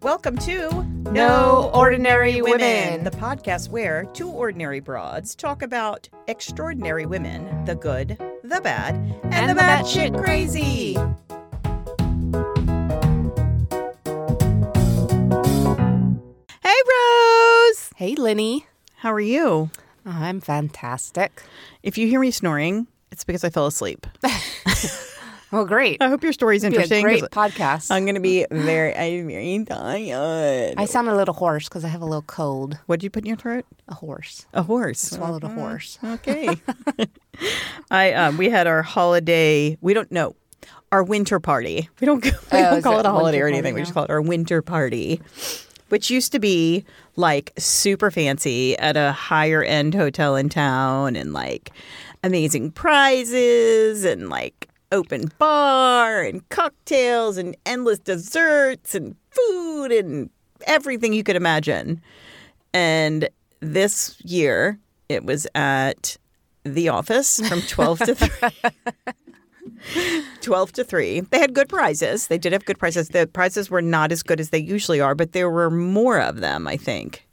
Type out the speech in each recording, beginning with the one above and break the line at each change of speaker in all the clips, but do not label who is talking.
Welcome to
No Ordinary Women.
the podcast where two ordinary broads talk about extraordinary women, the good, the bad, and,
And
the,
the
batshit
batshit
crazy. Hey, Rose.
Hey, Lenny.
How are you?
I'm fantastic.
If you hear me snoring, it's because I fell asleep.
Well, great.
I hope your story's
Be a
interesting.
great
'cause
podcast.
I'm going to be very, I'm very tired.
I sound a little hoarse because I have a little cold.
What'd you put in your throat?
A horse.
A horse.
Swallowed a horse.
Okay. I um we had our holiday. We don't know our winter party. We don't we
Oh,
don't
is
call
it
it a
a
holiday
winter
or
party
anything. We
now?
just call it our winter party, which used to be like super fancy at a higher end hotel in town, and like amazing prizes and like open bar and cocktails and endless desserts and food and everything you could imagine. And this year, it was at the office from 12 to 3. 12 to 3. They had good prizes. They did have good prizes. The prizes were not as good as they usually are, but there were more of them, I think.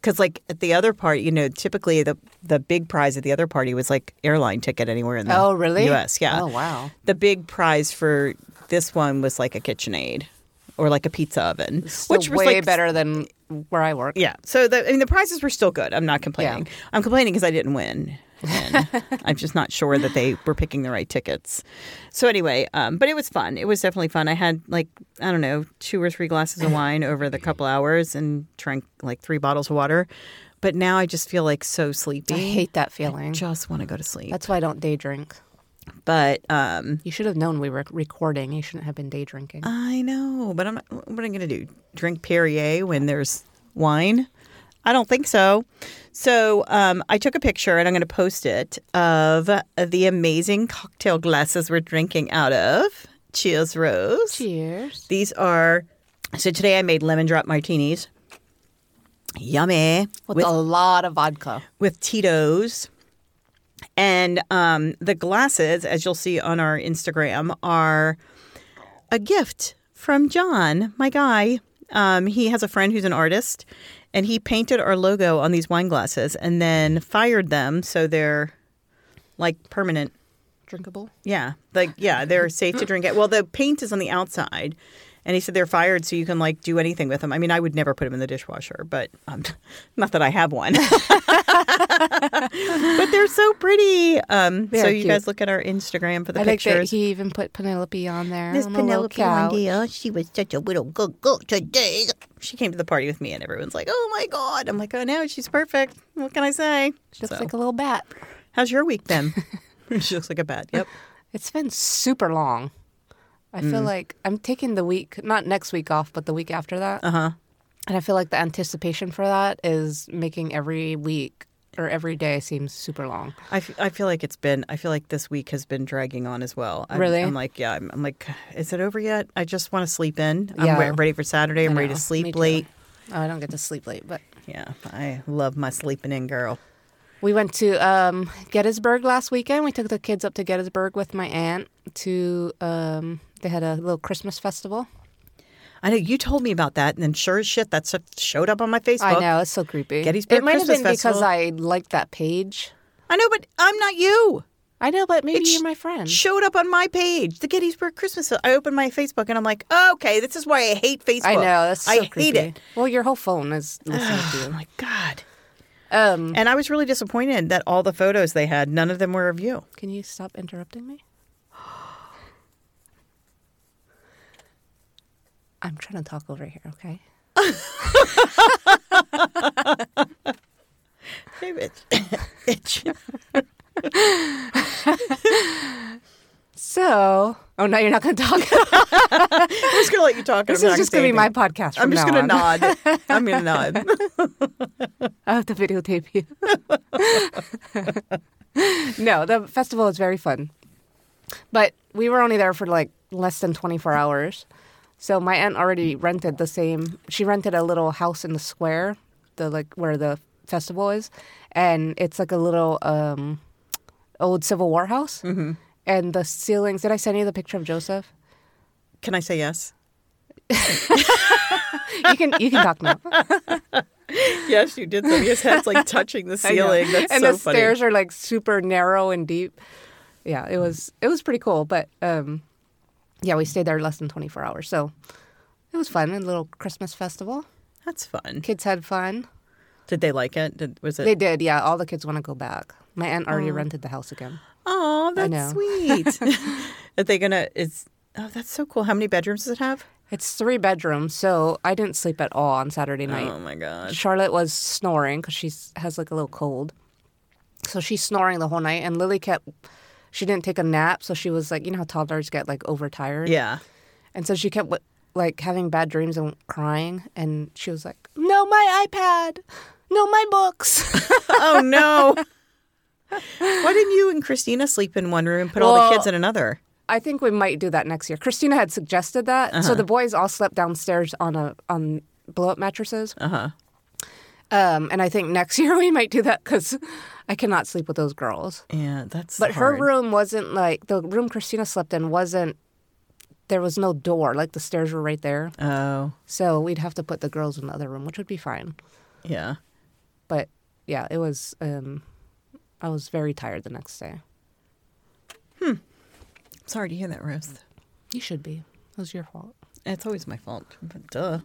Because, like, at the other party, you know, typically the, the big prize at the other party was like airline ticket anywhere in the
Oh, really?
US. Yeah.
Oh, wow.
The big prize for this one was like a KitchenAid or like a pizza oven,
Which
which
Still
was
way
like
better than where I work.
yeah. So the, I mean, the prizes were still good. I'm not complaining. I'm complaining because I didn't win. And I'm just not sure that they were picking the right tickets. So anyway, um, but it was fun. It was definitely fun. I had like I don't know two or three glasses of wine over the couple hours and drank like three bottles of water. But now I just feel like so sleepy.
I hate that feeling.
just want to go to sleep.
That's why I don't day drink.
But um,
You should have known we were recording. You shouldn't have been day drinking.
I know. But I'm not, what am I going to do? Drink Perrier when there's wine? I don't think so. So um, I took a picture and I'm going to post it of the amazing cocktail glasses we're drinking out of. Cheers, Rose.
Cheers.
These are so today I made lemon drop martinis. Yummy
With, a lot of vodka.
with Tito's. And um, the glasses, as you'll see on our Instagram, are a gift from John, my guy. Um, he has a friend who's an artist, and he painted our logo on these wine glasses and then fired them so they're like permanent.
Drinkable.
Yeah, like yeah, they're safe to drink at. Well, the paint is on the outside, and he said they're fired, so you can like do anything with them. I mean, I would never put them in the dishwasher, but um, not that I have one. but they're so pretty. Um, so
are
you
cute.
guys look at our Instagram for the
I like that
pictures.
he even put Penelope on there.
This
on the little
Penelope one
couch.
deal, she was such a little good girl today. She came to the party with me, and everyone's like, "Oh my god!" I'm like, "Oh no, she's perfect." What can I say?
She looks
So,
like a little bat.
how's your week been? she looks like a bat. Yep.
It's been super long. I
Mm.
feel like I'm taking the week, not next week off, but the week after that. Uh
Uh-huh.
huh. And I feel like the anticipation for that is making every week or every day seems super long.
I, f- I feel like it's been I feel like this week has been dragging on as well. I'm,
Really?
I'm like yeah. I'm, I'm like, is it over yet? I just want to sleep in. I'm
Yeah.
re- ready for Saturday. I'm ready
No,
to
me
sleep
too.
late.
Oh, I don't get to sleep late, but
Yeah, I love my sleeping in girl.
we went to um, Gettysburg last weekend. We took the kids up to Gettysburg with my aunt to. Um, they had a little Christmas festival.
I know you told me about that, and then sure as shit, that stuff showed up on my Facebook.
I know it's so creepy.
Gettysburg
it might
Christmas
have been
Festival.
because I liked that page.
I know, but I'm not you.
I know, but maybe
It sh-
you're my friend.
Showed up on my page, the Gettysburg Christmas. I opened my Facebook, and I'm like, okay, this is why I hate Facebook.
I know that's so
I hate
creepy.
it.
Well, your whole phone is listening to
Oh
you.
my god.
Um,
And I was really disappointed that all the photos they had, none of them were of you.
can you stop interrupting me? I'm trying to talk over here, okay?
David.
So, oh no, you're not going to talk.
I'm just gonna let you talk.
this is just going to be my podcast. From
I'm just
now
gonna
on.
nod. I'm gonna nod.
I have to videotape you. no, the festival is very fun. But we were only there for like less than 24 hours. So my aunt already rented the same, she rented a little house in the square, the like where the festival is. And it's like a little um, old Civil War house. And the ceilings, did I send you the picture of Joseph?
Can I say yes?
you can you can talk now.
Yes, you did. Something. His head's like touching the
I know.
ceiling. That's
and
so
the
funny.
stairs are like super narrow and deep. Yeah, it was it was pretty cool, but um, yeah, we stayed there less than twenty four hours, so it was fun. A little Christmas festival.
That's fun.
Kids had fun.
Did they like it? Did, was
They
it?
did, yeah. All the kids want to go back. My aunt already rented the house again.
Oh,
know.
that's sweet. Are they gonna? It's oh, that's so cool. How many bedrooms does it have?
It's three bedrooms, so I didn't sleep at all on Saturday night.
Oh my gosh.
Charlotte was snoring because she has like a little cold. So she's snoring the whole night, and Lily kept, she didn't take a nap. So she was like, you know how toddlers get like overtired?
Yeah.
And so she kept like having bad dreams and crying. And she was like, no, my iPad, no, my books.
Oh no. Why didn't you and Christina sleep in one room and put all
Well,
the kids in another?
I think we might do that next year. Christina had suggested that. So the boys all slept downstairs on a, on blow up mattresses.
Uh huh.
Um, and I think next year we might do that because I cannot sleep with those girls.
Yeah, that's.
But
hard.
her room wasn't like the room Christina slept in wasn't. There was no door. Like the stairs were right there,
Oh,
so we'd have to put the girls in the other room, which would be fine.
yeah.
But yeah, it was. Um, I was very tired the next day.
Sorry to hear that, Ruth.
You should be. It was your fault.
It's always my fault. But duh.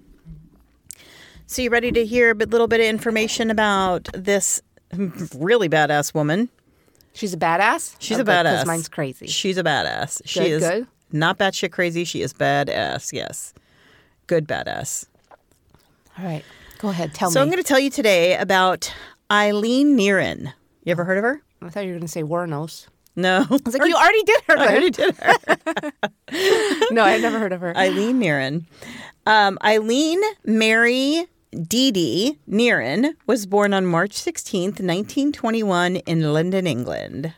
So you ready to hear a bit, little bit of information about this really badass woman?
She's a badass.
She's
Oh,
a
good, 'cause
badass.
mine's crazy.
She's a badass. She
Good,
is
good.
not batshit crazy. She is badass. Yes, good badass.
All right, go ahead. Tell
So I'm
me.
going to tell you today about Eileen Niren. You ever heard of her?
I thought you were going to say Warnos.
No.
I was like, you already did her.
I already did her.
no, I had never heard of her.
Eileen Niren. Um, Eileen Mary Didi Niren was born on March 16th, 1921, in London, England,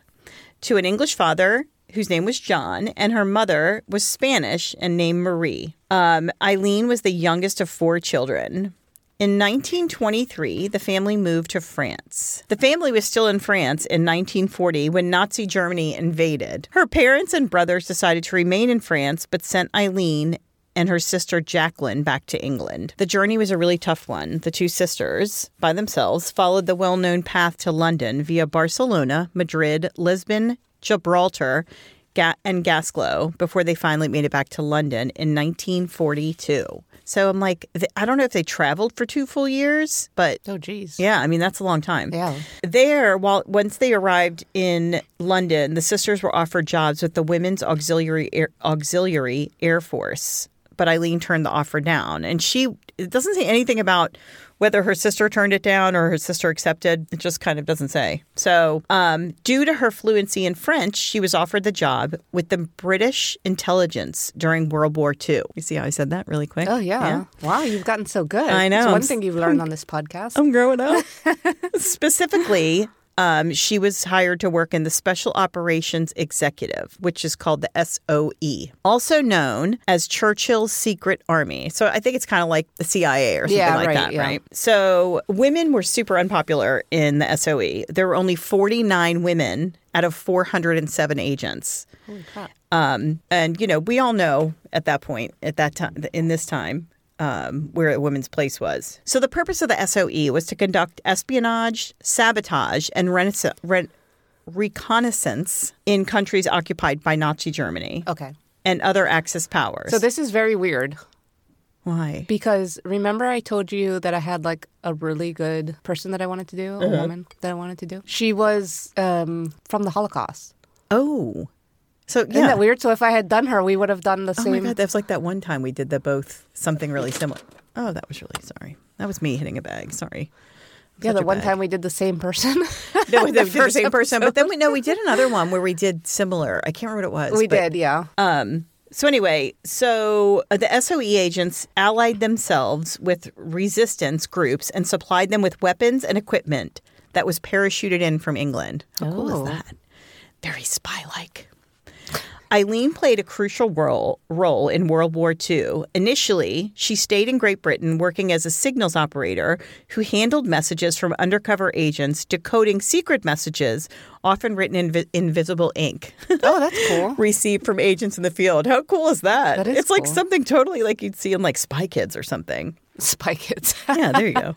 to an English father whose name was John, and her mother was Spanish and named Marie. Um, Eileen was the youngest of four children. In 1923, the family moved to France. The family was still in France in 1940 when Nazi Germany invaded. Her parents and brothers decided to remain in France but sent Eileen and her sister Jacqueline back to England. The journey was a really tough one. The two sisters, by themselves, followed the well known path to London via Barcelona, Madrid, Lisbon, Gibraltar, Ga- and Gascow before they finally made it back to London in 1942. So I'm like, th- I don't know if they traveled for two full years, but
oh, jeez.
yeah, I mean that's a long time.
Yeah.
There, while once they arrived in London, the sisters were offered jobs with the Women's Auxiliary Air, Auxiliary Air Force, but Eileen turned the offer down, and she it doesn't say anything about whether her sister turned it down or her sister accepted. It just kind of doesn't say. So, um, due to her fluency in French, she was offered the job with the British intelligence during World War II. You see how I said that really quick?
Oh yeah. Wow, you've gotten so good.
I
It's
know. Um,
one
I'm
thing you've learned on this podcast.
I'm growing up. Specifically, um, she was hired to work in the Special Operations Executive, which is called the SOE, also known as Churchill's Secret Army. So I think it's kind of like the CIA or something
Yeah,
like
right,
that,
yeah.
right? So women were super unpopular in the SOE. There were only 49 women out of 407 agents.
Holy crap.
Um, and you know, we all know at that point, at that time, in this time, um, where a woman's place was. So the purpose of the SOE was to conduct espionage, sabotage, and renaissance. Re- reconnaissance in countries occupied by Nazi Germany
Okay.
and other Axis powers.
Oh. So this is very weird
why?
because remember I told you that I had like a really good person that I wanted to do, a
Uh-huh.
woman that I wanted to do. She was um, from the Holocaust.
Oh, so
Isn't
yeah.
that weird? So if I had done her, we would have done the
oh my
same.
God, that was like that one time we did the both something really similar. Oh, that was really sorry. That was me hitting a bag. Sorry.
yeah,
Such
the
a
one
bag.
time we did the same person.
No, we did the
first
same person. But then we no, we did another one where we did similar. I can't remember what it was.
we
but-
did, yeah.
Um, so anyway, so uh, the SOE agents allied themselves with resistance groups and supplied them with weapons and equipment that was parachuted in from England. How cool
Oh.
is that? Very spy-like. Eileen played a crucial role, role in World War II. Initially, she stayed in Great Britain working as a signals operator who handled messages from undercover agents, decoding secret messages, often written in vi- invisible ink,
Oh, that's cool.
received from agents in the field. How cool is that?
That is
it's like
cool.
something totally like you'd see in like Spy Kids or something.
Spy Kids.
Yeah, there you go.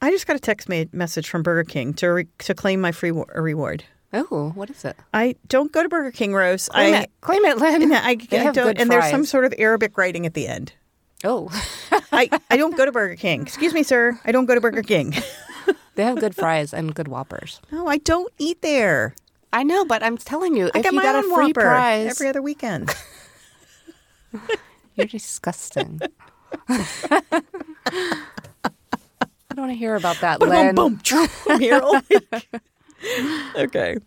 I just got a text ma- message from Burger King to re- to claim my free wa- reward.
oh, what is it?
I don't go to Burger King, Rose.
Claim
I
it. Claim it, Lynn.
No, I,
They
I
have
don't.
good
And there's some
fries.
sort of Arabic writing at the end.
Oh,
I, I don't go to Burger King. Excuse me, sir. I don't go to Burger King.
they have good fries and good Whoppers.
no, I don't eat there.
I know, but I'm telling you,
I
if
get
you
my
got a
own
free
Whopper
prize,
every other weekend.
you're disgusting. I don't want to hear about that, Lynn.
Boom, boom, I'm here all week. okay.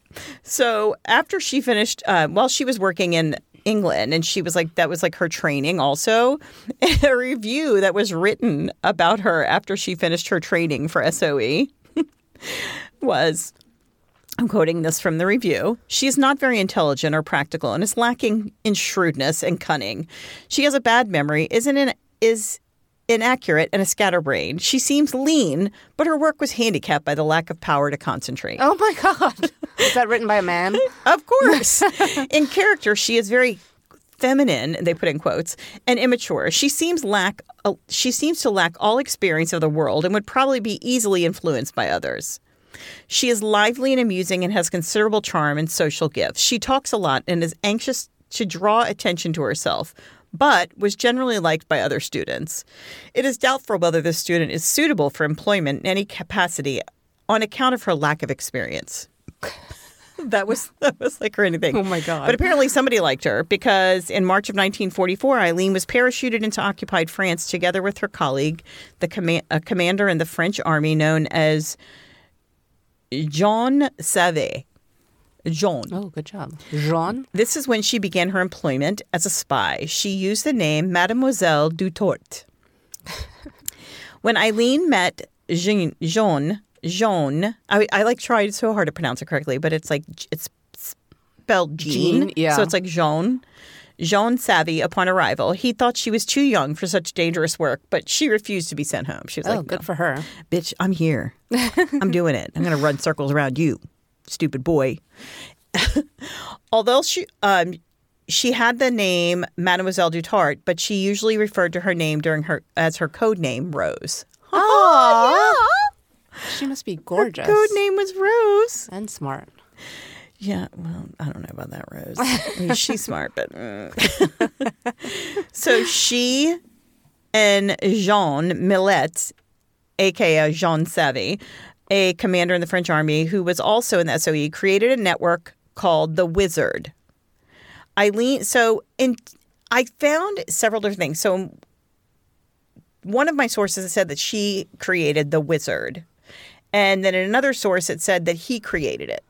So after she finished, uh, while she was working in England, and she was like, that was like her training also. A review that was written about her after she finished her training for E SOE was. I'm quoting this from the review. She is not very intelligent or practical and is lacking in shrewdness and cunning. She has a bad memory, isn't in, is inaccurate and a scatterbrain. She seems lean, but her work was handicapped by the lack of power to concentrate.
Oh my God. Is that written by a man?
Of course. in character, she is very feminine, they put in quotes, and immature. She seems lack uh, she seems to lack all experience of the world and would probably be easily influenced by others. She is lively and amusing and has considerable charm and social gifts. She talks a lot and is anxious to draw attention to herself, but was generally liked by other students. It is doubtful whether this student is suitable for employment in any capacity on account of her lack of experience. That was that was like her anything.
Oh, my God.
But apparently somebody liked her because in March of 1944, Eileen was parachuted into occupied France together with her colleague, the command, a commander in the French army known as Jean Savet. Jean.
Oh, good job. Jean?
This is when she began her employment as a spy. She used the name Mademoiselle Dutort. when Eileen met Jean, Jean, Jean I, I like tried so hard to pronounce it correctly, but it's like it's spelled Jean,
Jean, yeah.
so it's like Jean. Jean Savvy, upon arrival, he thought she was too young for such dangerous work, but she refused to be sent home. She was
Oh,
like,
good
"No,
for her.
bitch, I'm here. I'm doing it. I'm going to run circles around you, stupid boy. Although she um, she had the name Mademoiselle Dutart, but she usually referred to her name during her as her code name Rose. Oh,
She must be gorgeous.
code name was Rose.
And smart.
Yeah, well, I don't know about that, Rose. I mean, she's smart, but mm. so she and Jean Millet, aka Jean Savy, a commander in the French army who was also in the SOE, created a network called the Wizard. Eileen, so in I found several different things. So one of my sources said that she created the Wizard, and then in another source it said that he created it.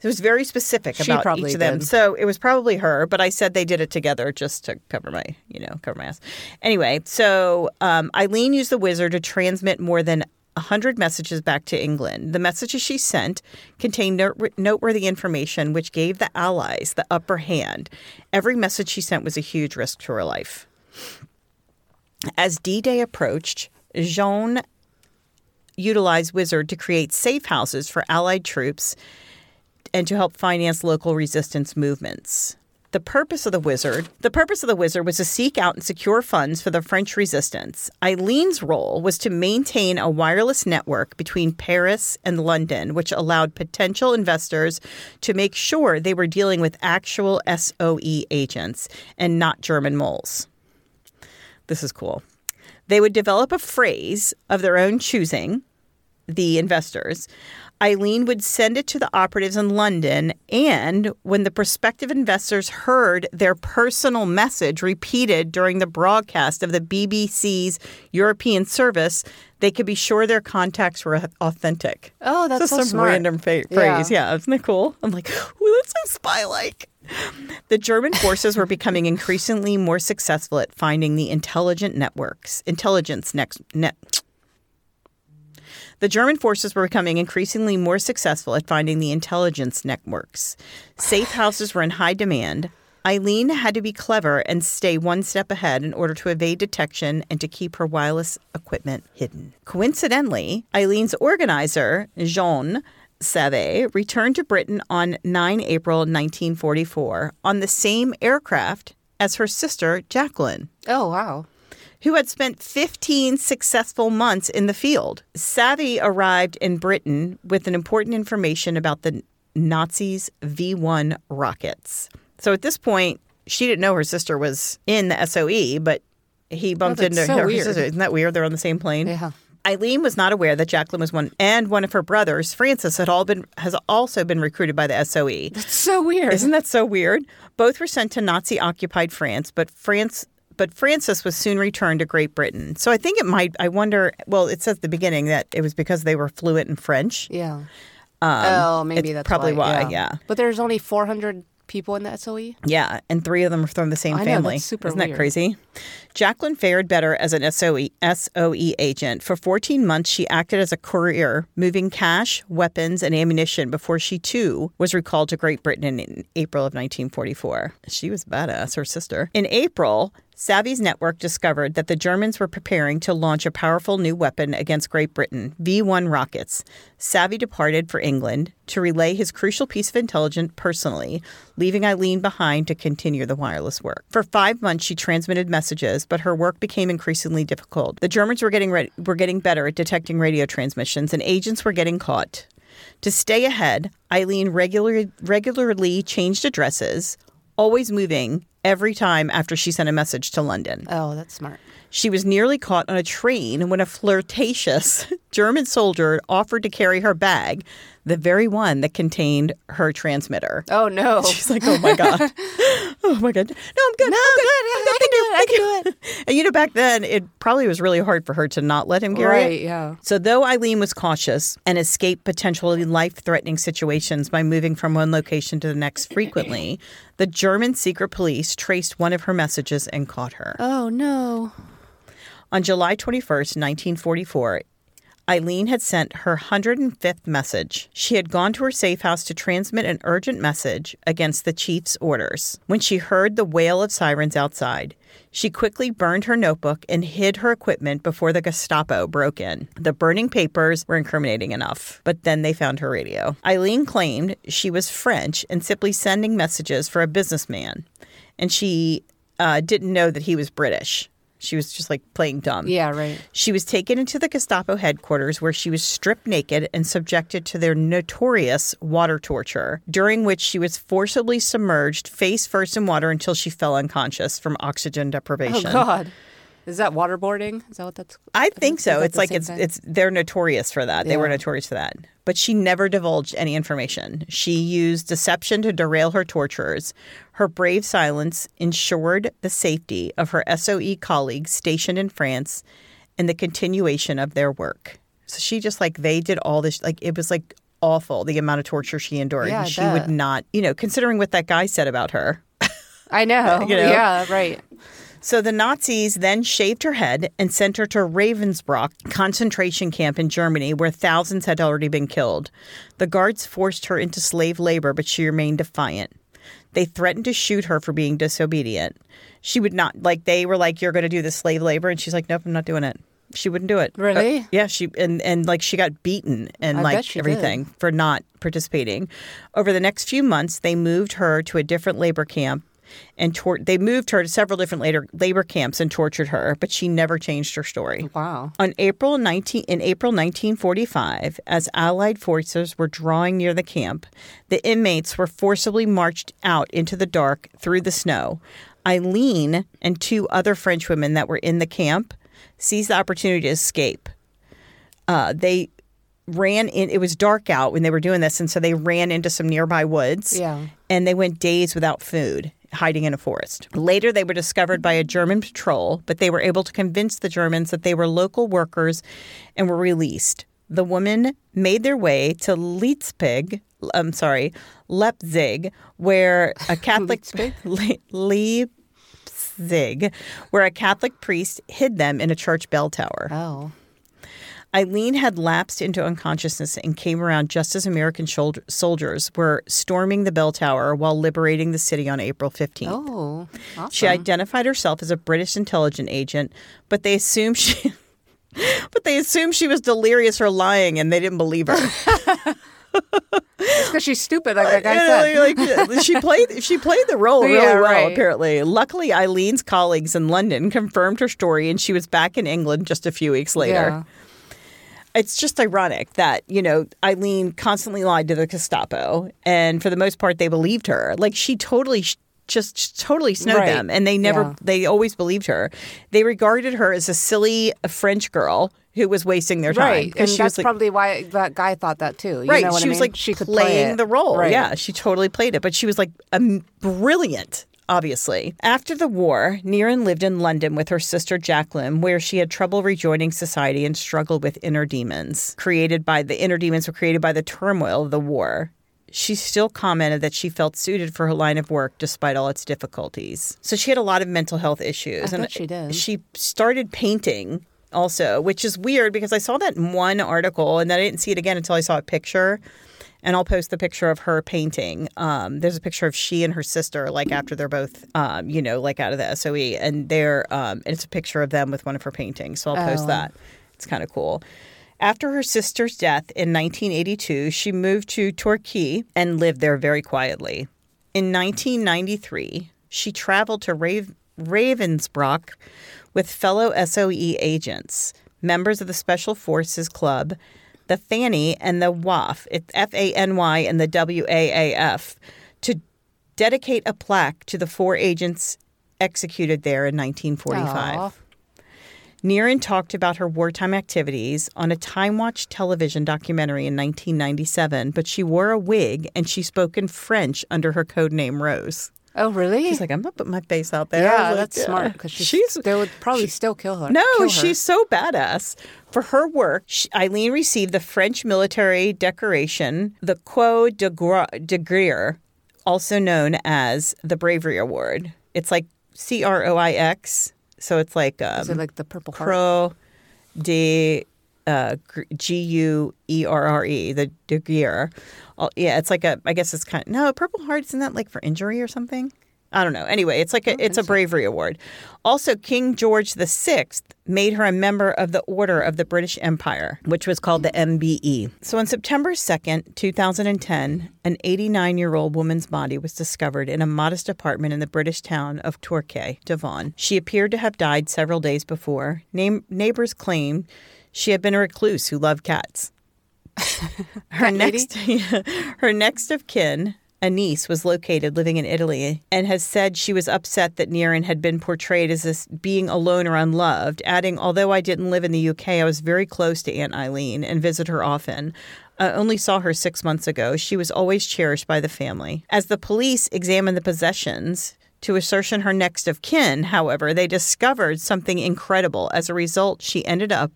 It was very specific
She
about each
probably
of them.
did.
So it was probably her, but I said they did it together just to cover my, you know, cover my ass. Anyway, so um, Eileen used the wizard to transmit more than 100 messages back to England. The messages she sent contained note- noteworthy information which gave the Allies the upper hand. Every message she sent was a huge risk to her life. As D Day approached, Jean utilized Wizard to create safe houses for Allied troops and to help finance local resistance movements. The purpose of the wizard, the purpose of the wizard was to seek out and secure funds for the French resistance. Eileen's role was to maintain a wireless network between Paris and London, which allowed potential investors to make sure they were dealing with actual SOE agents and not German moles. This is cool. They would develop a phrase of their own choosing the investors. Eileen would send it to the operatives in London, and when the prospective investors heard their personal message repeated during the broadcast of the BBC's European service, they could be sure their contacts were authentic.
Oh, that's
Just
so
some
smart.
random fa- phrase. Yeah, isn't that cool? I'm like, ooh, that's so spy-like. The German forces were becoming increasingly more successful at finding the intelligent networks, intelligence next net. The German forces were becoming increasingly more successful at finding the intelligence networks. Safe houses were in high demand. Eileen had to be clever and stay one step ahead in order to evade detection and to keep her wireless equipment hidden. Coincidentally, Eileen's organizer, Jean Savé, returned to Britain on 9 April 1944 on the same aircraft as her sister, Jacqueline
Oh, wow.
who had spent 15 successful months in the field. Savvy arrived in Britain with an important information about the Nazis' V 1 rockets. So at this point, she didn't know her sister was in the SOE, but he bumped
that's
into
so
her
weird.
sister. Isn't that weird? They're on the same plane.
Yeah.
Eileen was not aware that Jacqueline was one, and one of her brothers, Francis, had all been has also been recruited by the E. SOE.
So weird.
Isn't that so weird? Both were sent to Nazi occupied France, but France but Francis was soon returned to Great Britain. So I think it might I wonder well, it says at the beginning that it was because they were fluent in French.
yeah. oh, maybe
Um, it's
that's
probably why,
why.
yeah.
But there's only 400 people in the E? SOE.
Yeah, and three of them were from the same
I know,
family.
that's super
Isn't that
weird.
crazy? Jacqueline fared better as an E, SOE, SOE agent. For 14 months, she acted as a courier, moving cash, weapons, and ammunition before she too was recalled to Great Britain in April of 1944. She was badass, her sister. In April, Savvy's network discovered that the Germans were preparing to launch a powerful new weapon against Great Britain, V 1 rockets. Savvy departed for England to relay his crucial piece of intelligence personally, leaving Eileen behind to continue the wireless work. For five months, she transmitted messages, but her work became increasingly difficult. The Germans were getting, re- were getting better at detecting radio transmissions, and agents were getting caught. To stay ahead, Eileen regularly, regularly changed addresses, always moving every time after she sent a message to London.
Oh, that's smart.
She was nearly caught on a train when a flirtatious German soldier offered to carry her bag, the very one that contained her transmitter.
Oh, no.
She's like, oh my God. oh my God. No, I'm good. No, I'm good. I'm good. Thank you. Thank you. And you know, back then, it probably was really hard for her to not let him carry it.
right, yeah.
So, though Eileen was cautious and escaped potentially life threatening situations by moving from one location to the next frequently, the German secret police traced one of her messages and caught her.
Oh, no.
On July 21st, 1944, Eileen had sent her 105th message. She had gone to her safe house to transmit an urgent message against the chief's orders. When she heard the wail of sirens outside, she quickly burned her notebook and hid her equipment before the Gestapo broke in. The burning papers were incriminating enough, but then they found her radio. Eileen claimed she was French and simply sending messages for a businessman, and she uh, didn't know that he was British. She was just like playing dumb.
Yeah, right.
She was taken into the Gestapo headquarters where she was stripped naked and subjected to their notorious water torture, during which she was forcibly submerged face first in water until she fell unconscious from oxygen
Oh,
deprivation.
God. Is that waterboarding? Is that what that's
I think so.
that
It's
the
like
same
it's
thing?
it's they're notorious for that. They were
Yeah.
notorious for that. But she never divulged any information. She used deception to derail her torturers. Her brave silence ensured the safety of her SOE colleagues stationed in France and the continuation of their work. So she just like they did all this like it was like awful the amount of torture she endured.
Yeah, I
and she
bet.
would not, you know, considering what that guy said about her.
I know.
You know?
Yeah, right.
So the Nazis then shaved her head and sent her to Ravensbrück concentration camp in Germany, where thousands had already been killed. The guards forced her into slave labor, but she remained defiant. They threatened to shoot her for being disobedient. She would not like. They were like, "You're going to do the slave labor," and she's like, "Nope, I'm not doing it." She wouldn't do it.
Really?
Uh, yeah. She and and like she got beaten and
I
like
bet she did.
everything for not participating. Over the next few months, they moved her to a different labor camp and tor- they moved her to several different later labor camps and tortured her, but she never changed her story.
Wow.
On April 19 in April 1945, as allied forces were drawing near the camp, the inmates were forcibly marched out into the dark through the snow. Eileen and two other French women that were in the camp seized the opportunity to escape uh, they ran in it was dark out when they were doing this and so they ran into some nearby woods
Yeah.
and they went days without food hiding in a forest later they were discovered by a german patrol but they were able to convince the germans that they were local workers and were released the women made their way to Leipzig, I'm sorry, Leipzig, where a Catholic Le- Leipzig, where a Catholic priest hid them in a church bell tower.
Oh.
Eileen had lapsed into unconsciousness and came around just as American shol- soldiers were storming the bell tower while liberating the city on April 15th.
Oh, awesome.
She identified herself as a British intelligence agent, but they assumed she but they assumed she was delirious or lying and they didn't believe her.
because she's stupid, like that guy
You
said.
know, like, like, she played she played the role really
Yeah,
well
right.
apparently. Luckily Eileen's colleagues in London confirmed her story and she was back in England just a few weeks later.
Yeah.
It's just ironic that, you know, Eileen constantly lied to the Gestapo and for the most part they believed her. Like she totally sh- just totally snowed
Right.
them and they never
Yeah.
they always believed her. They regarded her as a silly French girl who was wasting their time
Right, and
she
that's
was like,
probably why that guy thought that too. You
Right.
know what
she
I
was
mean?
like
she could play
playing
it.
the role.
Right.
Yeah, she totally played it, but she was like um, brilliant. Obviously. After the war, Niren lived in London with her sister Jacqueline, where she had trouble rejoining society and struggled with inner demons created by the inner demons were created by the turmoil of the war. She still commented that she felt suited for her line of work despite all its difficulties. So she had a lot of mental health issues.
I bet she did.
She started painting also, which is weird because I saw that in one article and then I didn't see it again until I saw a picture. And I'll post the picture of her painting. Um, there's a picture of she and her sister, like after they're both, um, you know, like out of the SOE, and they're, um, and it's a picture of them with one of her paintings. So I'll post
Oh.
that. It's kind of cool. After her sister's death in 1982, she moved to Torquay and lived there very quietly. In 1993, she traveled to Rav- Ravensbrock with fellow SOE agents, members of the Special Forces Club, the FANY, and the WAF, it's F A N Y and the W A A F, to dedicate a plaque to the four agents executed there in 1945.
Aw.
Niren talked about her wartime activities on a Time Watch television documentary in 1997, but she wore a wig and she spoke in French under her code name Rose.
Oh, really?
She's like, I'm gonna put my face out there.
yeah,
Like,
that's
yeah.
smart because she's,
she's
they would probably still kill her.
no,
kill her.
she's so badass. For her work, she, Eileen received the French military decoration, the Croix de, Gra- de Guerre, also known as the Bravery Award. It's like C R O I X, so it's like um,
Is it like the purple heart?
Pro de uh, G U E R R E, the de Guerre. Oh, yeah, it's like a. I guess it's kind of no Purple Heart. Isn't that like for injury or something? I don't know. Anyway, it's like a, it's a bravery award. Also, King George VI made her a member of the Order of the British Empire, which was called the MBE. So, on September 2nd, 2010, an 89 year old woman's body was discovered in a modest apartment in the British town of Torquay, Devon. She appeared to have died several days before. Name, neighbors claimed she had been a recluse who loved cats. Her next, her next of kin, a niece, was located living in Italy and has said she was upset that Niren had been portrayed as this being alone or unloved, adding, although I didn't live in the UK, I was very close to Aunt Eileen and visit her often. I only saw her six months ago. She was always cherished by the family. As the police examined the possessions, to assertion her next of kin, however, they discovered something incredible. As a result, she ended up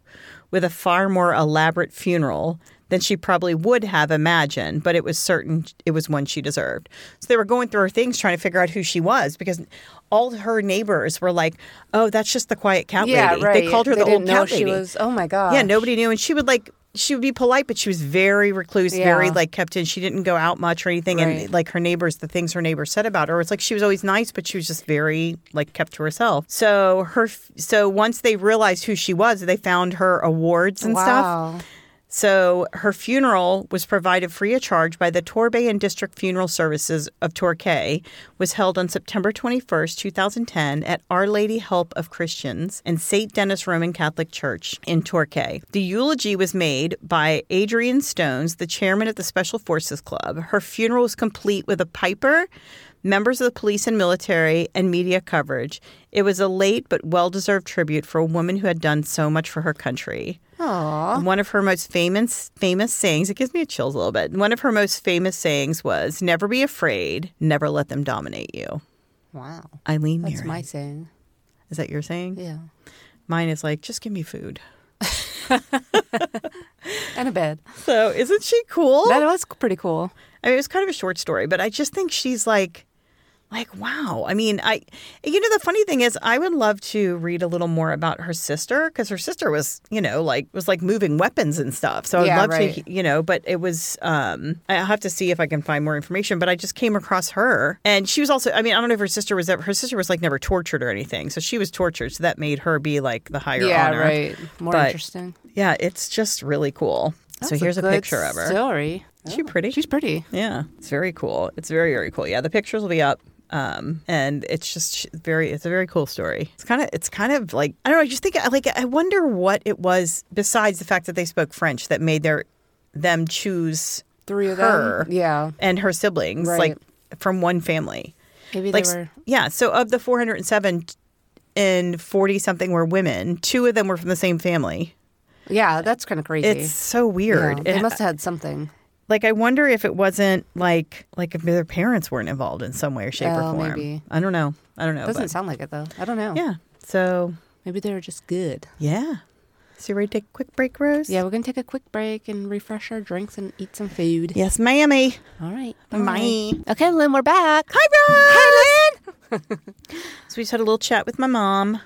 with a far more elaborate funeral than she probably would have imagined, but it was certain it was one she deserved. So they were going through her things trying to figure out who she was because all her neighbors were like, "Oh, that's just the quiet cat
yeah,
lady."
right.
They called her the
didn't
old
know
cat
she
lady.
was. Oh my god.
Yeah, nobody knew, and she would like she would be polite, but she was very recluse, very
Yeah.
like kept in. She didn't go out much or anything,
Right.
and like her neighbors, the things her neighbors said about her, it's like she was always nice, but she was just very like kept to herself. So her, so once they realized who she was, they found her awards and stuff.
wow.
So her funeral was provided free of charge by the Torbay and District Funeral Services of Torquay, was held on September 21st, 2010 at Our Lady Help of Christians and St. Denis Roman Catholic Church in Torquay. The eulogy was made by Adrian Stones, the chairman of the Special Forces Club. Her funeral was complete with a piper, members of the police and military, and media coverage. It was a late but well-deserved tribute for a woman who had done so much for her country.
Aw.
One of her most famous famous sayings, it gives me chills a little bit. One of her most famous sayings was, "Never be afraid, never let them dominate you."
Wow.
Eileen
That's
Mirren.
my saying.
Is that your saying?
Yeah.
Mine is like, "Just give me food."
And a bed.
So, isn't she cool?
That was pretty cool.
I mean, it was kind of a short story, but I just think she's like like wow i mean i you know the funny thing is i would love to read a little more about her sister because her sister was you know like was like moving weapons and stuff so i would
Yeah,
love
right.
to you know but it was um i'll have to see if i can find more information but i just came across her and she was also i mean i don't know if her sister was ever her sister was like never tortured or anything so she was tortured so that made her be like the higher
yeah,
honor
right. More
But-
interesting.
yeah it's just really cool so
That's
here's a,
good
picture of her
Story.
is she pretty
She's pretty.
yeah, it's very cool. It's very very cool. Yeah, the pictures will be up. Um, and it's just sh- very it's a very cool story. It's kind of it's kind of like I don't know, I just think like I wonder what it was besides the fact that they spoke French that made their them choose
Three of
her
them. Yeah.
and her siblings
Right.
like from one family.
Maybe
like
they were.
yeah, so of the 407 and 40 something were women, two of them were from the same family.
Yeah, that's kind of crazy.
It's so
yeah,
weird.
They
It-
must have had something.
like I wonder if it wasn't like like if their parents weren't involved in some way or shape
Oh,
or form.
maybe.
I don't know. I don't know.
Doesn't
Oh, but-
sound like it though. I don't know.
yeah. So
Maybe they were just good.
yeah. So you ready to take a quick break, Rose?
Yeah, we're gonna take a quick break and refresh our drinks and eat some food.
Yes, mammy.
All right.
Bye.
Okay, Lynn, we're back.
Hi, Rose. Hi, Lynn. so we just had a little chat with my mom.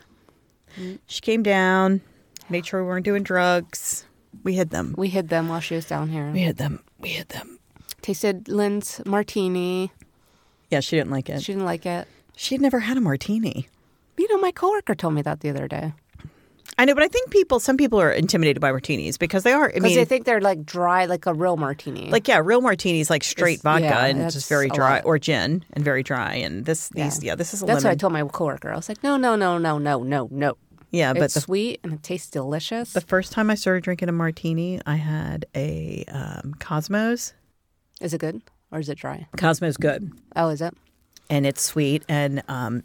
She came down, made sure we weren't doing drugs. We hid them.
We hid them while she was down here.
We hid them. We hid them.
Tasted Lynn's martini.
Yeah, she didn't like it.
She didn't like it.
She'd never had a martini.
You know, my coworker told me that the other day
I know, but I think people, some people are intimidated by martinis because they are. I
because
mean,
they think they're like dry, like a real martini.
like yeah, real martinis like straight
It's-
vodka
yeah,
and
that's
just very
a
dry,
lot.
or gin and very dry. And this, these, yeah, this is a
that's what I
lemon.
told my coworker. I was like, no, no, no, no, no, no, no.
yeah, but
It's
the,
sweet and it tastes delicious.
the first time I started drinking a martini, I had a um, Cosmos.
is it good or is it dry?
Cosmos good,
Oh, is it?
and it's sweet. And um,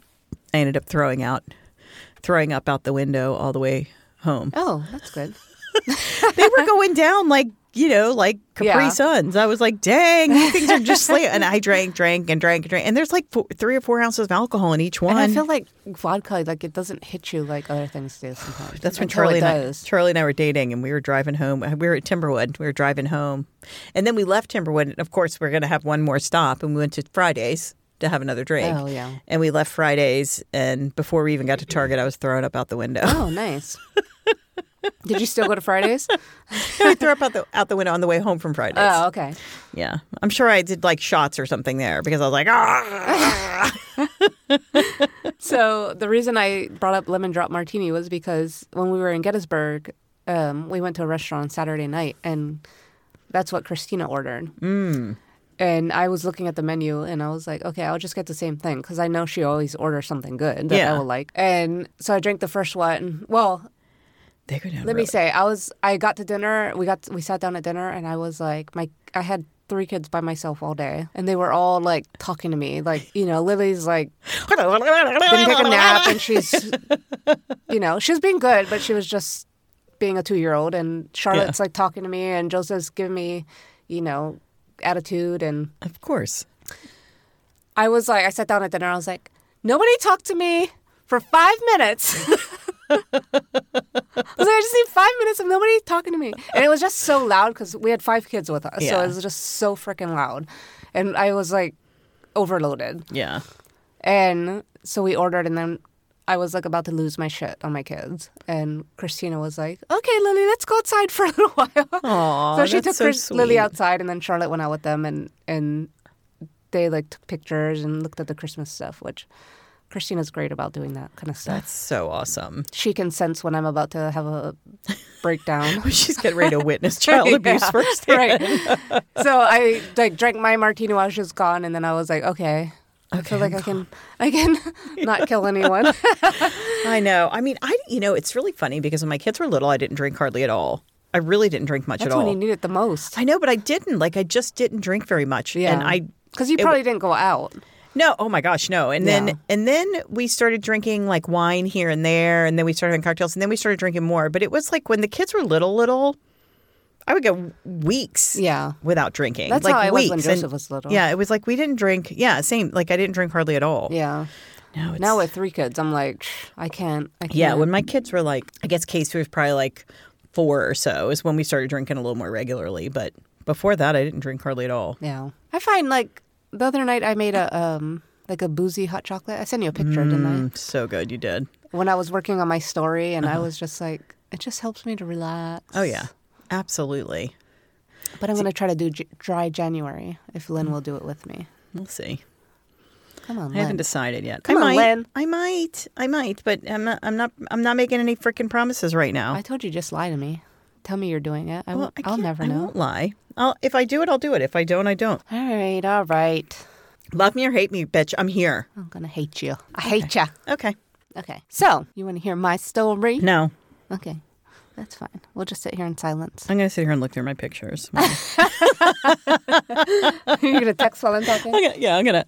I ended up throwing out, throwing up out the window all the way home.
Oh, that's good.
they were going down like. You know, like Capri
Yeah.
Suns. I was like, dang, these things are just slaying. And I drank, drank, and drank, and drank. And there's like four, three or four ounces of alcohol in each one.
And I feel like vodka, like it doesn't hit you like other things do sometimes.
That's when
Until
Charlie
it
and, I,
does.
Charlie and I were dating, and we were driving home. Uh, We were at Timberwood. We were driving home, and then we left Timberwood. And of course, we are going to have one more stop, and we went to Fridays to have another drink.
Oh, yeah.
And we left Fridays, and before we even got to Target, I was throwing up out the window.
Oh, nice. Did you still go to Fridays?
I threw up out the out the window on the way home from Fridays.
Oh, okay.
Yeah, I'm sure I did like shots or something there because I was like, ah.
So the reason I brought up lemon drop martini was because when we were in Gettysburg, um, we went to a restaurant on Saturday night, and that's what Christina ordered. Mm. And I was looking at the menu, and I was like, okay, I'll just get the same thing because I know she always orders something good that
Yeah.
I will like. And so I drank the first one. Well,
they go down.
let me say, I was I got to dinner. We got we sat down at dinner, and I was like, my I had three kids by myself all day, and they were all like talking to me, like you know, Lily's like didn't take a nap and she's you know she's being good but she was just being a two-year-old and charlotte's like talking to me and joseph's giving me you know attitude and
Of course.
i was like i sat down at dinner i was like nobody talked to me for five minutes I was like, I just need five minutes of nobody talking to me. And it was just so loud because we had five kids with us. So
Yeah.
it was just so freaking loud. And I was like overloaded.
Yeah.
And so we ordered, and then I was like about to lose my shit on my kids. And Christina was like, okay, Lily, let's go outside for a little while.
Aw,
so she
that's
took
so
Chris- Lily
sweet.
outside, and then Charlotte went out with them, and, and they like took pictures and looked at the Christmas stuff, which Christina's great about doing that kind of stuff.
That's so awesome.
she can sense when I'm about to have a breakdown.
She's getting ready to witness child abuse
Yeah,
first.
right. so I like drank my martini while she was gone, and then I was like, okay. I feel
Okay,
like I can, I can not kill anyone.
I know. I mean, I you know, it's really funny because when my kids were little, I didn't drink hardly at all. I really didn't drink much at
That's
all.
when you need it the most.
I know, but I didn't. Like, I just didn't drink very much.
Yeah.
And I
because you
it w-
probably didn't go out.
no, oh my gosh, no. And
Yeah.
then and then we started drinking like wine here and there, and then we started having cocktails, and then we started drinking more. But it was like when the kids were little, little, I would go weeks,
Yeah.
without drinking.
That's
like
how I was
weeks.
when
And-
Joseph was little.
Yeah, it was like we didn't drink. Yeah, same. Like I didn't drink hardly at all.
Yeah.
No, it's,
Now with three kids, I'm like, "Shh, I can't. I can't.
Yeah, when my kids were like, I guess Casey was probably like four or so is when we started drinking a little more regularly. But before that, I didn't drink hardly at all.
yeah. I find like the other night I made a um like a boozy hot chocolate. I sent you a picture, didn't
Mm, so good, you did.
I? When I was working on my story, and I was just like, it just helps me to relax.
Oh yeah, absolutely.
But I'm gonna try to do j- dry January if Lynn will do it with me.
We'll see.
Come on,
Mm. I haven't
Lynn.
decided yet. I
Come on,
might.
Lynn.
I might. I might. But I'm not. I'm not. I'm not making any freaking promises right now.
I told you just lie to me. Tell me you're doing it. I,
Well,
won't
I
I'll
can't-
never
I
know.
won't lie. I'll, if I do it, I'll do it. If I don't, I don't.
All right, all right.
Love me or hate me, bitch. I'm here.
I'm gonna hate you. I hate ya.
Okay.
Okay. Mm-hmm. So you want to hear my story?
No,
Okay, that's fine. We'll just sit here in silence.
I'm gonna sit here and look through my pictures.
you're gonna text while I'm talking.
I'm gonna- yeah, I'm gonna,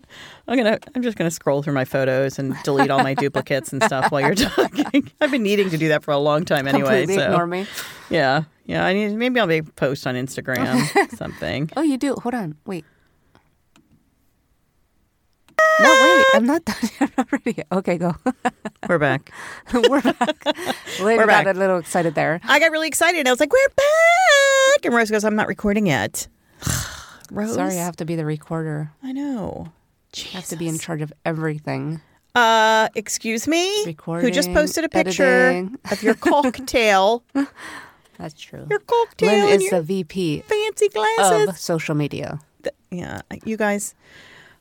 I'm gonna, I'm just gonna scroll through my photos and delete all my duplicates and stuff while you're talking. I've been needing to do that for a long time anyway.
Completely
so
ignore me.
yeah, yeah, I need maybe I'll make a post on Instagram something.
Oh, you do. Hold on. Wait. No, wait. I'm not done. I'm not ready. Yet. Okay, go.
We're back.
We're back. Lynn
We're
got
back.
a little excited there.
I got really excited. I was like, "We're back!" And Rose goes, "I'm not recording yet." Rose,
Sorry, I have to be the recorder.
I know. Jesus.
I have to be in charge of everything.
Uh, excuse me. Who just
Recording,
posted a picture
editing.
of your cocktail?
That's true.
your cocktail
Lynn
and
is
your
the VP
fancy glasses.
of social media.
th- yeah you guys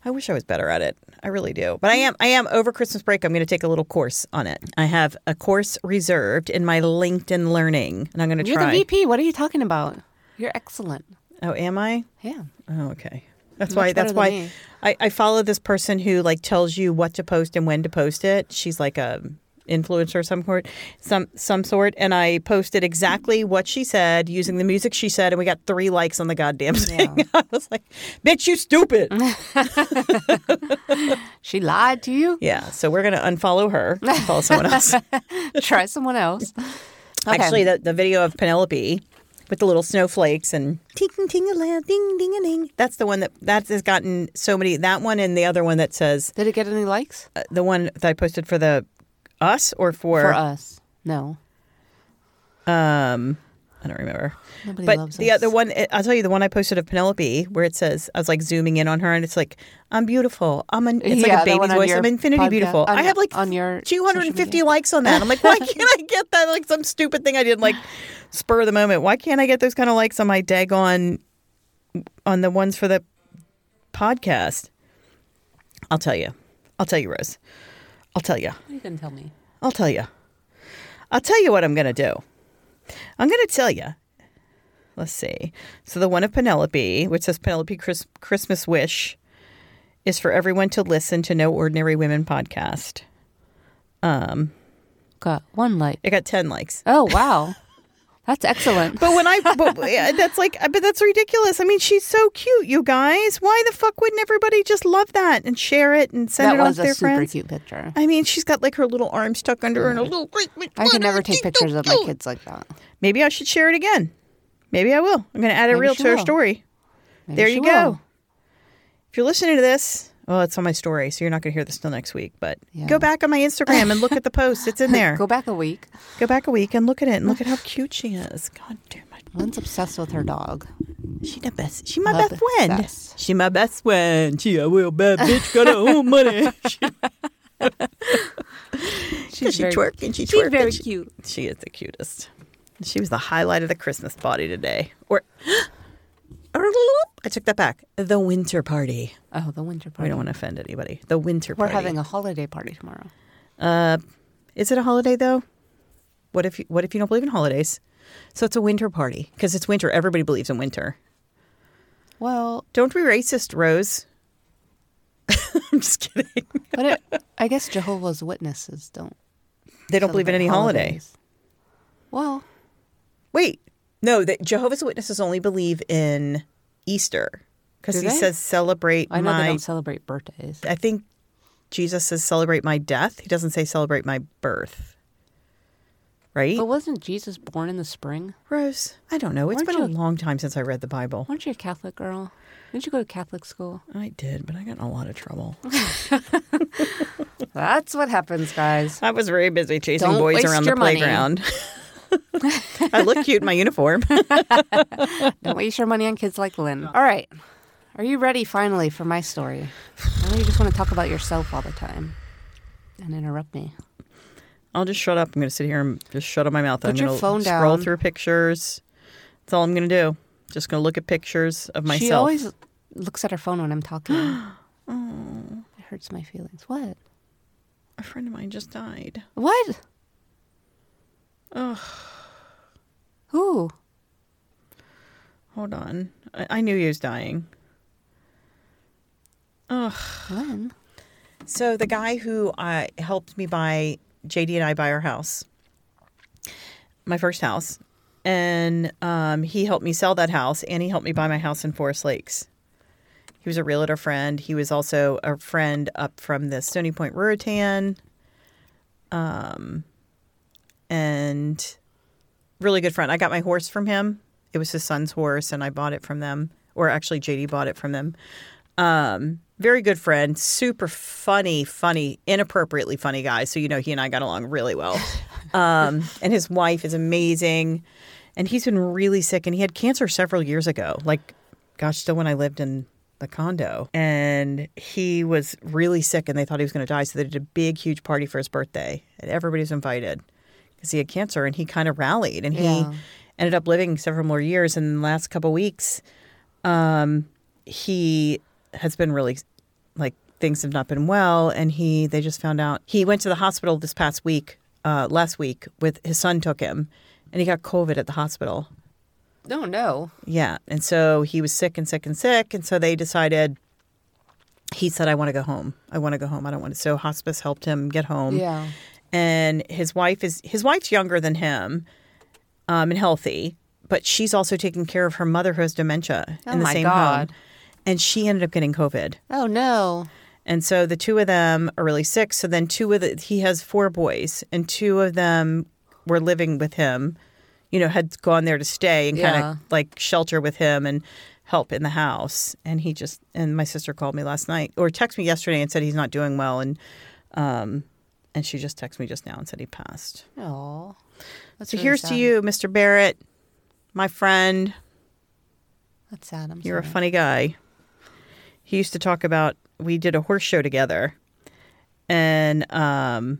i wish i was better at it i really do but i am i am over christmas break i'm going to take a little course on it i have a course reserved in my linkedin learning and i'm going to
You're
try
the VP. What are you talking about? You're excellent.
oh am i
Yeah.
oh okay that's
Much
why
better
that's
than
why
me.
I, I follow this person who like tells you what to post and when to post it she's like a influencer of some sort some some sort and i posted exactly what she said using the music she said and we got three likes on the goddamn thing i was like bitch you stupid
She lied to you.
Yeah, so we're gonna unfollow her, and follow someone else.
Try someone else. Okay.
Actually, the, the video of Penelope with the little snowflakes and ting ting a ding ding a ding. That's the one that that has gotten so many. That one and the other one that says
Did it get any likes?
uh, the one that I posted for the us or for,
For us. No.
um I don't remember.
Nobody
but
loves
the
us.
other one, I'll tell you the one I posted of Penelope, where it says I was like zooming in on her, and it's like I'm beautiful. I'm an. It's
Yeah,
like a
that one
baby's
on
voice.
your
I'm infinity
podcast-
beautiful.
on-
I have like
on your social
250
media.
likes on that. I'm like, why can't I get that? Like some stupid thing I did, like spur of the moment. Why can't I get those kind of likes on my daggone on the ones for the podcast? I'll tell you. I'll tell you, Rose. I'll tell you.
You can tell me.
I'll tell you. I'll tell you what I'm going to do. I'm going to tell you. Let's see. So the one of Penelope, which says Penelope Chris- Christmas Wish, is for everyone to listen to No Ordinary Women podcast.
Got one like.
It got 10 likes.
Oh wow, that's excellent.
But when I, but yeah, that's like, but that's ridiculous. I mean, she's so cute, you guys. Why the fuck wouldn't everybody just love that and share it and send
that
it on
was
to
a
their
super
friends?
cute picture.
I mean, she's got like her little arms tucked under her and a little.
I can never take pictures of my kids like that.
Maybe I should share it again. Maybe I will. I'm going to add a
Maybe
reel
she
to our
will.
story.
Maybe
there
she
you go.
will.
If you're listening to this, well, it's on my story, so you're not going to hear this till next week. But
Yeah.
go back on my Instagram and look at the post. It's in there.
Go
go,
back a week.
back a week and look at it and look at how cute she is. God damn it,
Lynn's obsessed with her dog.
she the best. She my
Love
best friend.
obsessed.
She my best friend. She a real bad bitch. Got her own money. She,
She's
she
very-
twerking. She twerking.
She's very
She-
cute.
She is the cutest. She was the highlight of the Christmas party today. Or I took that back. The winter party.
Oh, the winter
We
party.
don't want to offend anybody. The winter
We're
party.
having a holiday party tomorrow.
Uh, is it a holiday though? What if you, what if you don't believe in holidays? So it's a winter party because it's winter. Everybody believes in winter.
Well,
Don't be racist, Rose. I'm just kidding.
but it, I guess Jehovah's Witnesses don't.
They don't believe in
celebrate
any holiday.
holidays. Well,
Wait, no. The Jehovah's Witnesses only believe in Easter because
Do
he
they?
says celebrate
I know they
my
don't celebrate birthdays.
I think Jesus says celebrate my death. He doesn't say celebrate my birth. Right?
But wasn't Jesus born in the spring?
Oh, Rose, I don't know. It's
Weren't
been a
you-
long time since I read the Bible.
Weren't you a Catholic girl? Didn't you go to Catholic school?
I did, but I got in a lot of trouble.
That's what happens, guys.
I was very busy chasing
Don't
boys
waste
around the
your money.
playground. I look cute in my uniform.
Don't waste your money on kids like Lynn. All right. Are you ready finally for my story? I know you just want to talk about yourself all the time and interrupt me.
I'll just shut up. I'm going to sit here and just shut up my mouth. I'm
Put your
gonna
phone
scroll
down.
through pictures. That's all I'm going to do. Just going to look at pictures of myself.
She always looks at her phone when I'm talking. It hurts my feelings. What?
A friend of mine just died.
What?
Ugh.
Who?
Hold on. I, I knew he was dying. Ugh.
When?
So the guy who uh, helped me buy JD and I buy our house, my first house, and um, he helped me sell that house, and he helped me buy my house in Forest Lakes. He was a realtor friend. He was also a friend up from the Stony Point Ruatan, um, and really good friend. I got my horse from him. It was his son's horse, and I bought it from them, or actually JD bought it from them. Um, very good friend, super funny, funny, inappropriately funny guy. So you know he and I got along really well. Um, and his wife is amazing, and he's been really sick, and he had cancer several years ago. Like, gosh, still when I lived in the condo, and he was really sick, and they thought he was going to die, so they did a big, huge party for his birthday, and everybody was invited because he had cancer, and he kind of rallied, and he
Yeah.
ended up living several more years. And in the last couple weeks, he has been really like things have not been well and he they just found out he went to the hospital this past week uh last week with his son took him and he got covid at the hospital
No, Oh, no.
yeah and so he was sick and sick and sick and so they decided he said i want to go home i want to go home i don't want to so hospice helped him get home
Yeah.
and his wife is his wife's younger than him um, and healthy but she's also taking care of her mother who has dementia
Oh
in the
my
same
God.
home and she ended up getting covid
Oh no.
and so the two of them are really sick. So then two of the, he has four boys, and two of them were living with him, you know, had gone there to stay and kind
Yeah.
of like shelter with him and help in the house. And he just, and my sister called me last night or texted me yesterday and said he's not doing well. And, um, and she just texted me just now and said he passed.
Oh. That's
So
really
here's to
sad.
you, Mr. Barrett, my friend.
That's sad. I'm
You're a
sorry.
funny guy. He used to talk about we did a horse show together, and um,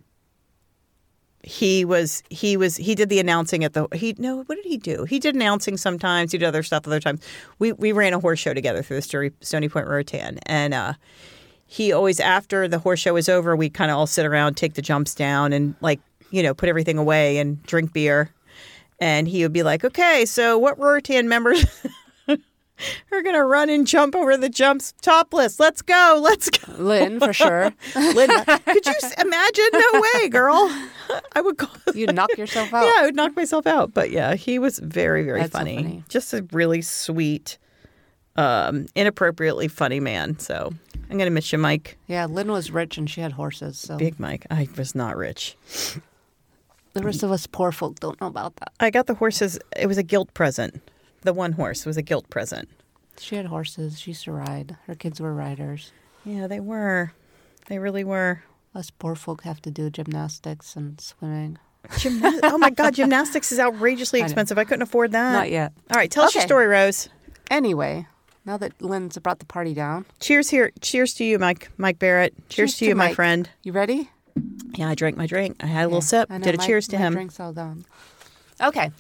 he was he was he did the announcing at the he no what did he do he did announcing sometimes he did other stuff other times we we ran a horse show together through the Story, Stony Point Rotan and uh, he always after the horse show is over we kind of all sit around take the jumps down and like you know put everything away and drink beer and he would be like okay so what Rotan members are gonna run and jump over the jumps topless let's go let's go
Lynn for sure.
Linda, could you s- imagine? No way, girl. I would call.
You knock yourself out.
Yeah, I would knock myself out. But yeah, he was very, very
Oh. That's so
funny.
funny.
Just a really sweet, um, inappropriately funny man. So I'm gonna miss you, Mike.
Yeah, Lynn was rich and she had horses, so
Big Mike. I was not rich.
the rest of us poor folk don't know about that.
I got the horses. It was a guilt present. The one horse was a guilt present.
She had horses. She used to ride. Her kids were riders.
Yeah, they were. They really were.
Us poor folk have to do gymnastics and swimming.
Gymna- oh my God, gymnastics is outrageously
know.
expensive. I couldn't afford that.
Not yet.
All right, tell us your
Okay.
story, Rose.
Anyway, now that Lynn's brought the party down,
Cheers here. Cheers to you, Mike. Mike Barrett. Cheers, to, you, my
Mike.
friend.
you ready?
Yeah, I drank my drink. I had a little sip.
I know,
Did a
my-
cheers to
my
him.
Drink's all gone. Okay.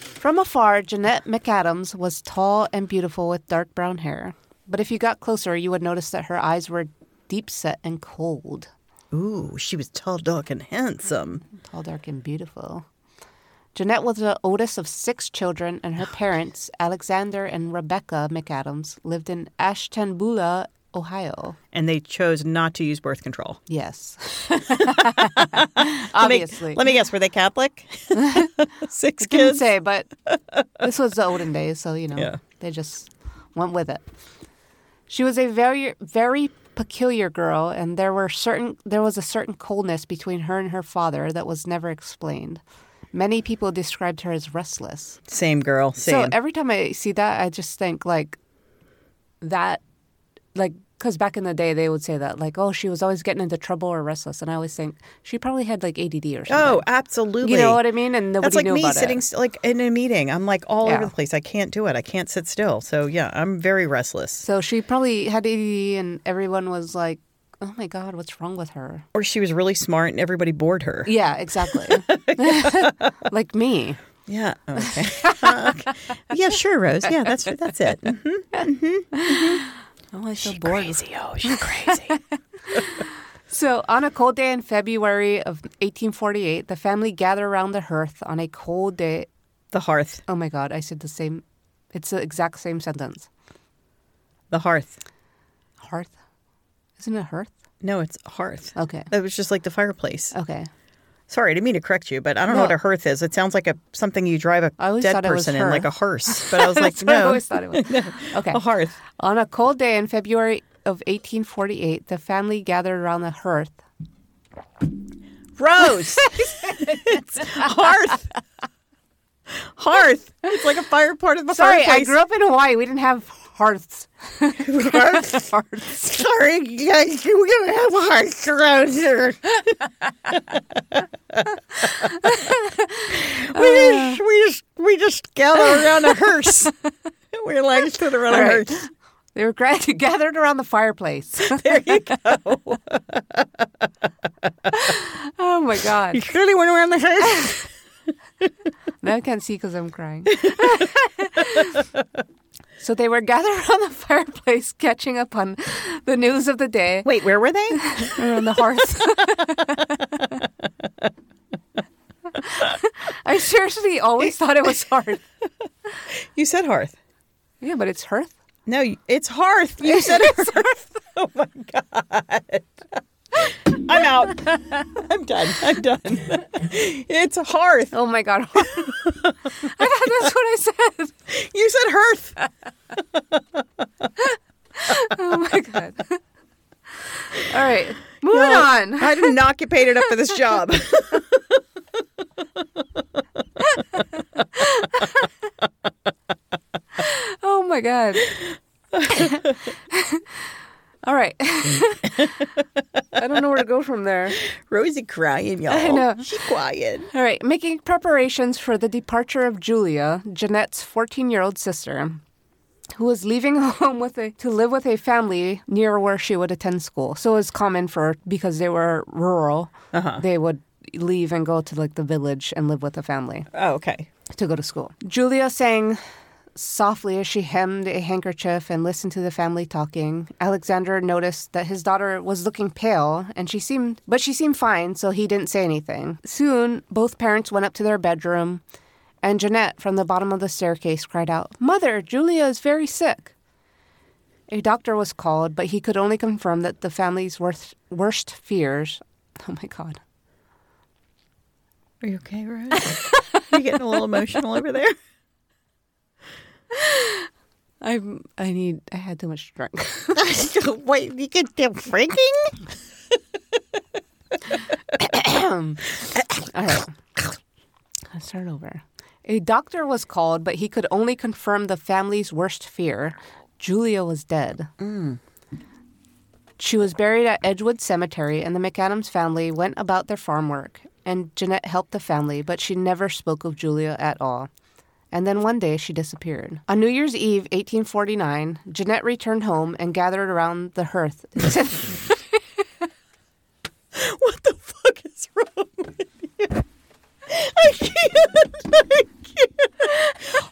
From afar, Jeanette McAdams was tall and beautiful with dark brown hair. But if you got closer, you would notice that her eyes were deep set and cold.
Ooh, she was tall, dark, and handsome.
Tall, dark, and beautiful. Jeanette was the oldest of six children, and her parents, Alexander and Rebecca McAdams, lived in Ashtabula, Ohio.
And they chose not to use birth control.
Yes.
Let me-
Obviously.
Let me guess. Were they Catholic? Six
didn't
kids.
say, but this was the olden days, so you know
Yeah.
they just went with it. She was a very, very peculiar girl, and there were certain there was a certain coldness between her and her father that was never explained. Many people described her as restless.
Same girl. Same.
So every time I see that, I just think like that, like because back in the day they would say that like, oh, she was always getting into trouble or restless, and I always think she probably had like ADD or something.
Oh, absolutely.
you know what I mean? And nobody
That's like
knew
me
about
sitting
it.
st- like in a meeting. I'm like all over
Yeah.
the place. I can't do it. I can't sit still. So yeah, I'm very restless.
So she probably had ADD, and everyone was like, oh my god, what's wrong with her?
Or she was really smart and everybody bored her.
Yeah, exactly. like me.
Yeah. Oh, Okay. yeah, sure, Rose. Yeah, that's that's it. Mhm. Oh,
I'm always so bored.
Crazy. Oh, she's crazy.
So, on a cold day in February of 1848, the family gather around the hearth on a cold day.
the hearth.
Oh my God, I said the same. It's the exact same sentence.
The hearth.
Hearth? Isn't it hearth?
No, it's hearth.
Okay.
That was just like the fireplace.
Okay.
Sorry, I didn't mean to correct you, but I don't know
No.
what a hearth is. It sounds like a something you drive a
I always
dead
thought it was
person in,
her.
like a hearse. But I was like,
That's what I
no,
always thought it was. Okay.
a hearth.
On a cold day in February of 1848, the family gathered around the hearth.
Rose. it's hearth. Hearth. It's like a fire part of the
Sorry, I
fireplace.
grew up in Hawaii. We didn't have hearths.
hearth.
hearths.
Sorry, guys, we're gonna have hearts around here. we just, we just, we just gather around a hearse. We're like stood around
All
a
right.
hearse.
They were gra- gathered around the fireplace.
There you go.
oh my God.
You really went around the hearse.
Now I can't see because I'm crying. so they were gathered around the fireplace, catching up on the news of the day
Wait, where were they?
around the hearth. I seriously always thought it was hearth.
You said hearth.
Yeah, but it's hearth.
No, you- it's hearth. You said hearth. Oh my god. I'm out. I'm done. I'm done. It's hearth.
Oh my god! I thought that's what I said.
You said hearth.
Oh my god! All right, moving
No,
on.
I did not get paid enough for this job.
Oh my god. All right. I don't know where to go from there.
Rosie crying, y'all.
I know.
She crying.
All right, making preparations for the departure of Julia, Jeanette's 14-year-old sister, who was leaving home with a to live with a family near where she would attend school. So it was common for because they were rural, they would leave and go to like the village and live with a family
Oh, okay.
to go to school. Julia sang softly as she hemmed a handkerchief and listened to the family talking. Alexander noticed that his daughter was looking pale and she seemed but she seemed fine, so he didn't say anything. Soon both parents went up to their bedroom and Jeanette from the bottom of the staircase cried out, "Mother, Julia is very sick." A doctor was called, but he could only confirm that the family's worst, worst fears. Oh my god.
Are you okay, Rose? you getting a little emotional over there?
I'm I need I had too much to drink.
Wait, you get them freaking?
All right. Let's start over. A doctor was called, but he could only confirm the family's worst fear. Julia was dead. She was buried at Edgewood Cemetery, and the McAdams family went about their farm work. And Jeanette helped the family, but she never spoke of Julia at all. And then one day she disappeared. On New Year's Eve, 1849, Jeanette returned home and gathered around the hearth.
What the fuck is wrong with you? I can't. I can't.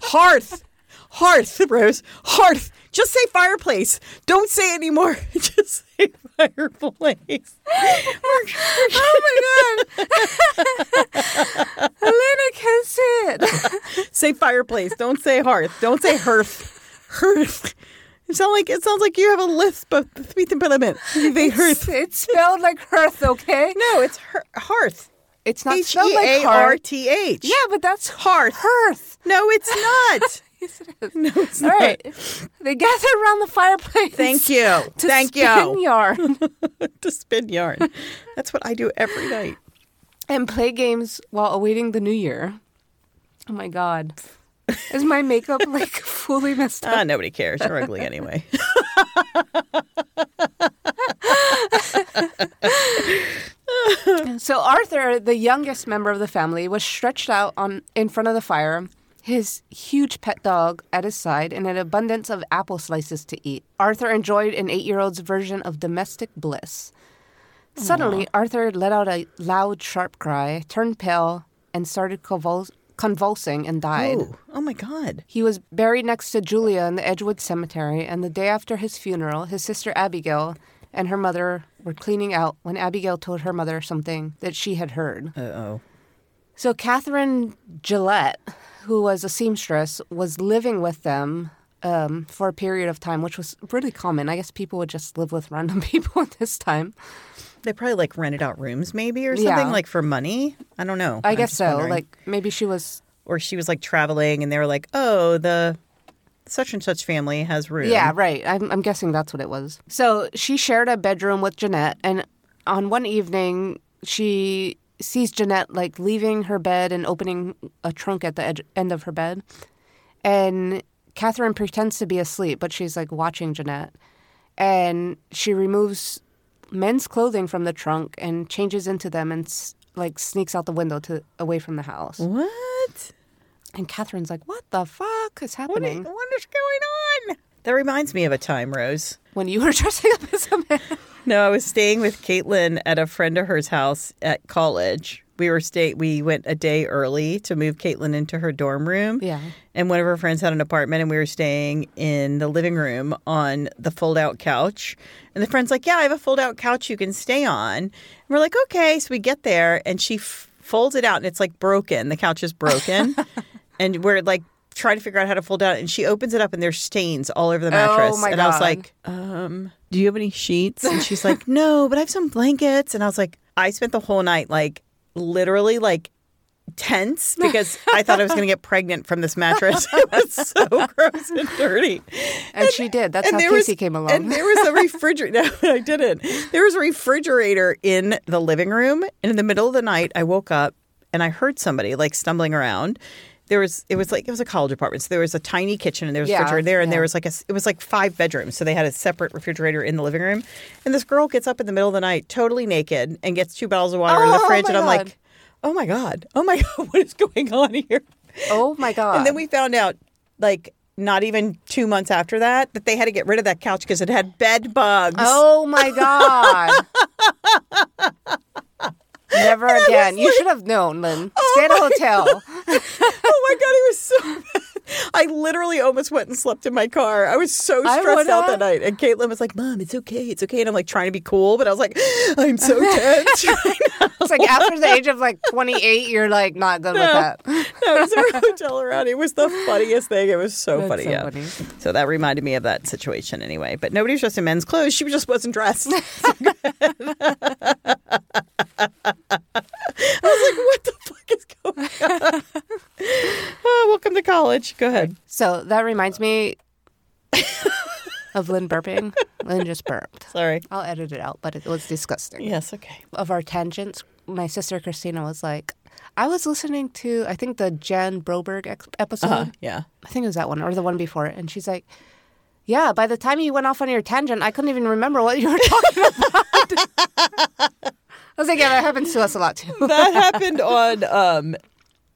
Hearth. Hearth, Rose. Hearth. Just say fireplace. Don't say anymore. Just say fireplace.
oh my god! Elena can see it!
Say fireplace. Don't say hearth. Don't say hearth. Hearth. It sounds like it sounds like you have a lisp of the sweet impediment. They hearth.
It's spelled like hearth, okay?
No, it's her- hearth.
It's not
H
spelled
e
like
a r
hearth.
t h.
Yeah, but that's
Hearth.
Hearth.
No, it's not.
Yes, it is.
No, it's
All
not.
right. They gathered around the fireplace.
Thank you.
To
Thank
spin
you.
yarn
to spin yarn. That's what I do every night.
and play games while awaiting the new year. Oh my god. Is my makeup like fully messed up?
Ah, nobody cares. You're ugly anyway.
So Arthur, the youngest member of the family, was stretched out on in front of the fire, his huge pet dog at his side, and an abundance of apple slices to eat. Arthur enjoyed an eight-year-old's version of domestic bliss. Suddenly, Arthur let out a loud, sharp cry, turned pale, and started convuls- convulsing and died.
Ooh, oh my God.
He was buried next to Julia in the Edgewood Cemetery, and the day after his funeral, his sister Abigail and her mother were cleaning out when Abigail told her mother something that she had heard.
Uh oh.
So, Catherine Gillette, who was a seamstress, was living with them um, for a period of time, which was really common. I guess people would just live with random people at this time.
They probably like rented out rooms maybe or something
Yeah.
like for money. I don't know.
I
I'm
guess
just
so.
wondering.
Like, maybe she was.
or she was like traveling and they were like, oh, the such and such family has room.
Yeah, right. I'm, I'm guessing that's what it was. So she shared a bedroom with Jeanette, and on one evening, she sees Jeanette like leaving her bed and opening a trunk at the edge, end of her bed. And Catherine pretends to be asleep, but she's like watching Jeanette. And she removes men's clothing from the trunk and changes into them and s- like sneaks out the window to away from the house.
What?
And Catherine's like, "What the fuck is
What is,
happening?"
what is going on? That reminds me of a time, Rose.
when you were dressing up as a man.
No, I was staying with Caitlin at a friend of hers house at college. We were stay we went a day early to move Caitlin into her dorm room.
Yeah.
And one of her friends had an apartment and we were staying in the living room on the fold out couch. And the friend's like, Yeah, I have a fold out couch you can stay on. And we're like, Okay. So we get there and she f- folds it out and it's like broken. The couch is broken. and we're like trying to figure out how to fold out and she opens it up and there's stains all over the mattress.
Oh my
and I was
God.
like, um, do you have any sheets? And she's like, no, but I have some blankets. And I was like, I spent the whole night like literally like tense because I thought I was going to get pregnant from this mattress. it was so gross and dirty.
And she did. That's how
and
Casey came along.
And there was a refrigerator. No, I didn't. There was a refrigerator in the living room. And in the middle of the night, I woke up and I heard somebody like stumbling around. There was it was like it was a college apartment, so there was a tiny kitchen and there was a
Yeah,
refrigerator there, and there
yeah.
was like a s- it was like five bedrooms, so they had a separate refrigerator in the living room. And this girl gets up in the middle of the night, totally naked, and gets two bottles of water out of
Oh
the fridge,
my
and I'm
God.
like, oh my god, oh my god, what is going on here?
oh my god!
And then we found out, like, not even two months after that, that they had to get rid of that couch because it had bed bugs.
Oh my god! Never again. You should have known, Lynn. Stay at a hotel.
Oh my God, it was so bad. I literally almost went and slept in my car. I was so
I
stressed out that
would've.
night. And Caitlin was like, Mom, it's okay. It's okay. And I'm like trying to be cool, but I was like, I'm so tense. right now."
It's like after the age of like 28, you're like not good with that.
no, it was a hotel around. It was the funniest thing. It was so
That's
funny.
so
yeah.
funny.
So that reminded me of that situation anyway. But nobody was dressed in men's clothes. She just wasn't dressed. I was like, what the fuck is going on? oh, welcome to college. Go ahead.
So that reminds me of Lynn burping. Lynn just burped.
Sorry.
I'll edit it out, but it was disgusting.
Yes, okay.
of our tangents, my sister Christina was like, I was listening to, I think, the Jan Broberg ex- episode.
Uh, yeah.
I think it was that one or the one before. it. And she's like, Yeah, by the time you went off on your tangent, I couldn't even remember what you were talking about. I was like, Yeah, that happens to us a lot too.
That happened on um,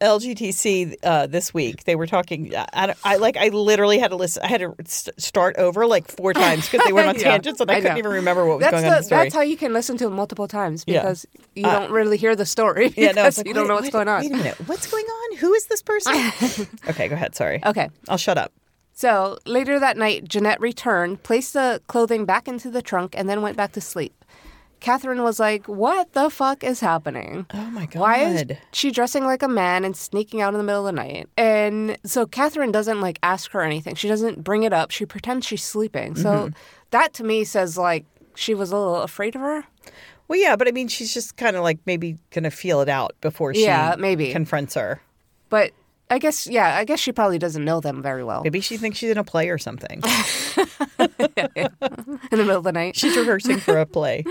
LGTC uh, this week. They were talking. I, I, don't- I like. I literally had to listen. I had to st- start over like four times because they went on
Yeah.
tangents, and I,
I
couldn't
know.
even remember what was
That's,
going on in the
the,
story.
that's how you can listen to it multiple times
Yeah.
because you
Uh,
don't really hear the story because
Yeah, no, it's like,
you don't
wait-
know what's
wait-
going on.
Wait a minute, what's going on? Who is this person? okay, go ahead. Sorry,
Okay.
I'll shut up.
So later that night, Jeanette returned, placed the clothing back into the trunk, and then went back to sleep. Catherine was like, What the fuck is happening?
Oh my god!
Why is she dressing like a man and sneaking out in the middle of the night? And so Catherine doesn't like ask her anything. She doesn't bring it up. She pretends she's sleeping. So that to me says like she was a little afraid of her.
Well, yeah, but I mean, she's just kind of like maybe gonna feel it out before she
Yeah, maybe.
confronts her.
But I guess, yeah, I guess she probably doesn't know them very well
Maybe she thinks she's in a play or something.
in the middle of the night.
she's rehearsing for a play.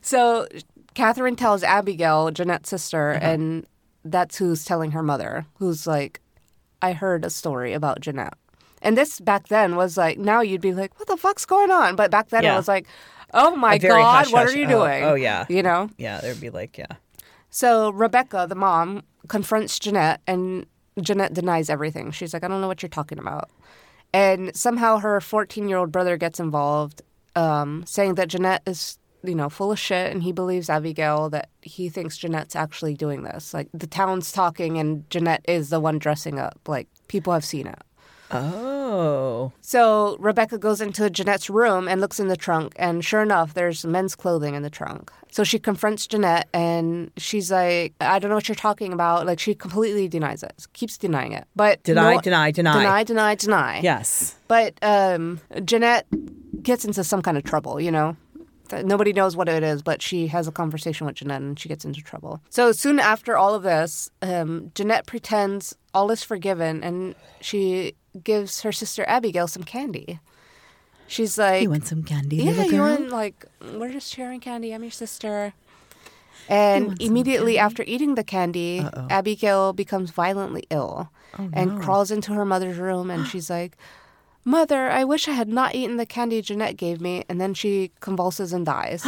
So Catherine tells Abigail, Jeanette's sister,
Uh-huh.
and that's who's telling her mother, who's like, I heard a story about Jeanette. And this back then was like, now you'd be like, what the fuck's going on? But back then
Yeah.
it was like, oh my
A very
God, what
hush-hush,
are you
oh,
doing?
oh, yeah.
You know?
Yeah, there'd be like, yeah.
So Rebecca, the mom, confronts Jeanette, and Jeanette denies everything. She's like, I don't know what you're talking about. And somehow her 14 year old brother gets involved, um, saying that Jeanette is, you know, full of shit, and he believes Abigail that he thinks Jeanette's actually doing this. Like, the town's talking, and Jeanette is the one dressing up. Like, people have seen it.
Oh.
So Rebecca goes into Jeanette's room and looks in the trunk, and sure enough, there's men's clothing in the trunk. So she confronts Jeanette, and she's like, "I don't know what you're talking about." Like she completely denies it, keeps denying it. But
Deny,
no-
deny, deny.
deny, deny, deny.
Yes.
But um, Jeanette gets into some kind of trouble, you know? Th- Nobody knows what it is, but she has a conversation with Jeanette and she gets into trouble. So soon after all of this, um, Jeanette pretends all is forgiven and she gives her sister Abigail some candy. She's like,
You want some candy,
Yeah,
little girl?
you want, like, we're just sharing candy. I'm your sister. And immediately after eating the candy, Abigail becomes violently ill
Oh,
and crawls into her mother's room and she's like, Mother, I wish I had not eaten the candy Jeanette gave me. And then she convulses and dies.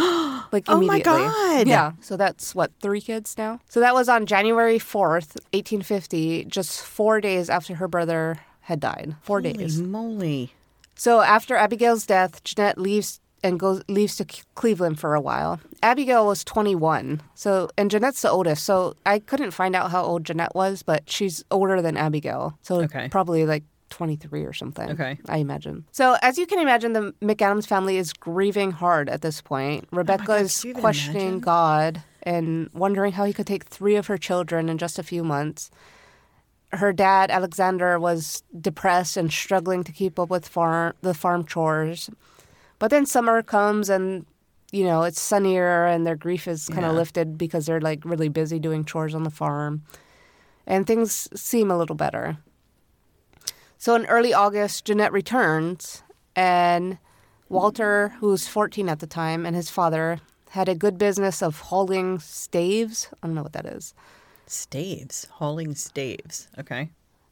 like
Oh my
immediately.
God.
Yeah. So that's what, three kids now? So that was on January 4th, 1850, just four days after her brother had died. Four
Holy
days.
moly.
So after Abigail's death, Jeanette leaves and goes leaves to C- Cleveland for a while. Abigail was 21, so and Jeanette's the oldest. So I couldn't find out how old Jeanette was, but she's older than Abigail, so
Okay.
probably like 23 or something.
Okay.
I imagine. So as you can imagine, the McAdams family is grieving hard at this point. Rebecca
God,
is
could you even
questioning
imagine?
God and wondering how he could take three of her children in just a few months her dad Alexander was depressed and struggling to keep up with farm the farm chores. But then summer comes and you know it's sunnier and their grief is kind of
Yeah.
lifted because they're like really busy doing chores on the farm and things seem a little better. So in early August Jeanette returns and Walter who's 14 at the time and his father had a good business of hauling staves, I don't know what that is.
Staves. Hauling staves. Okay.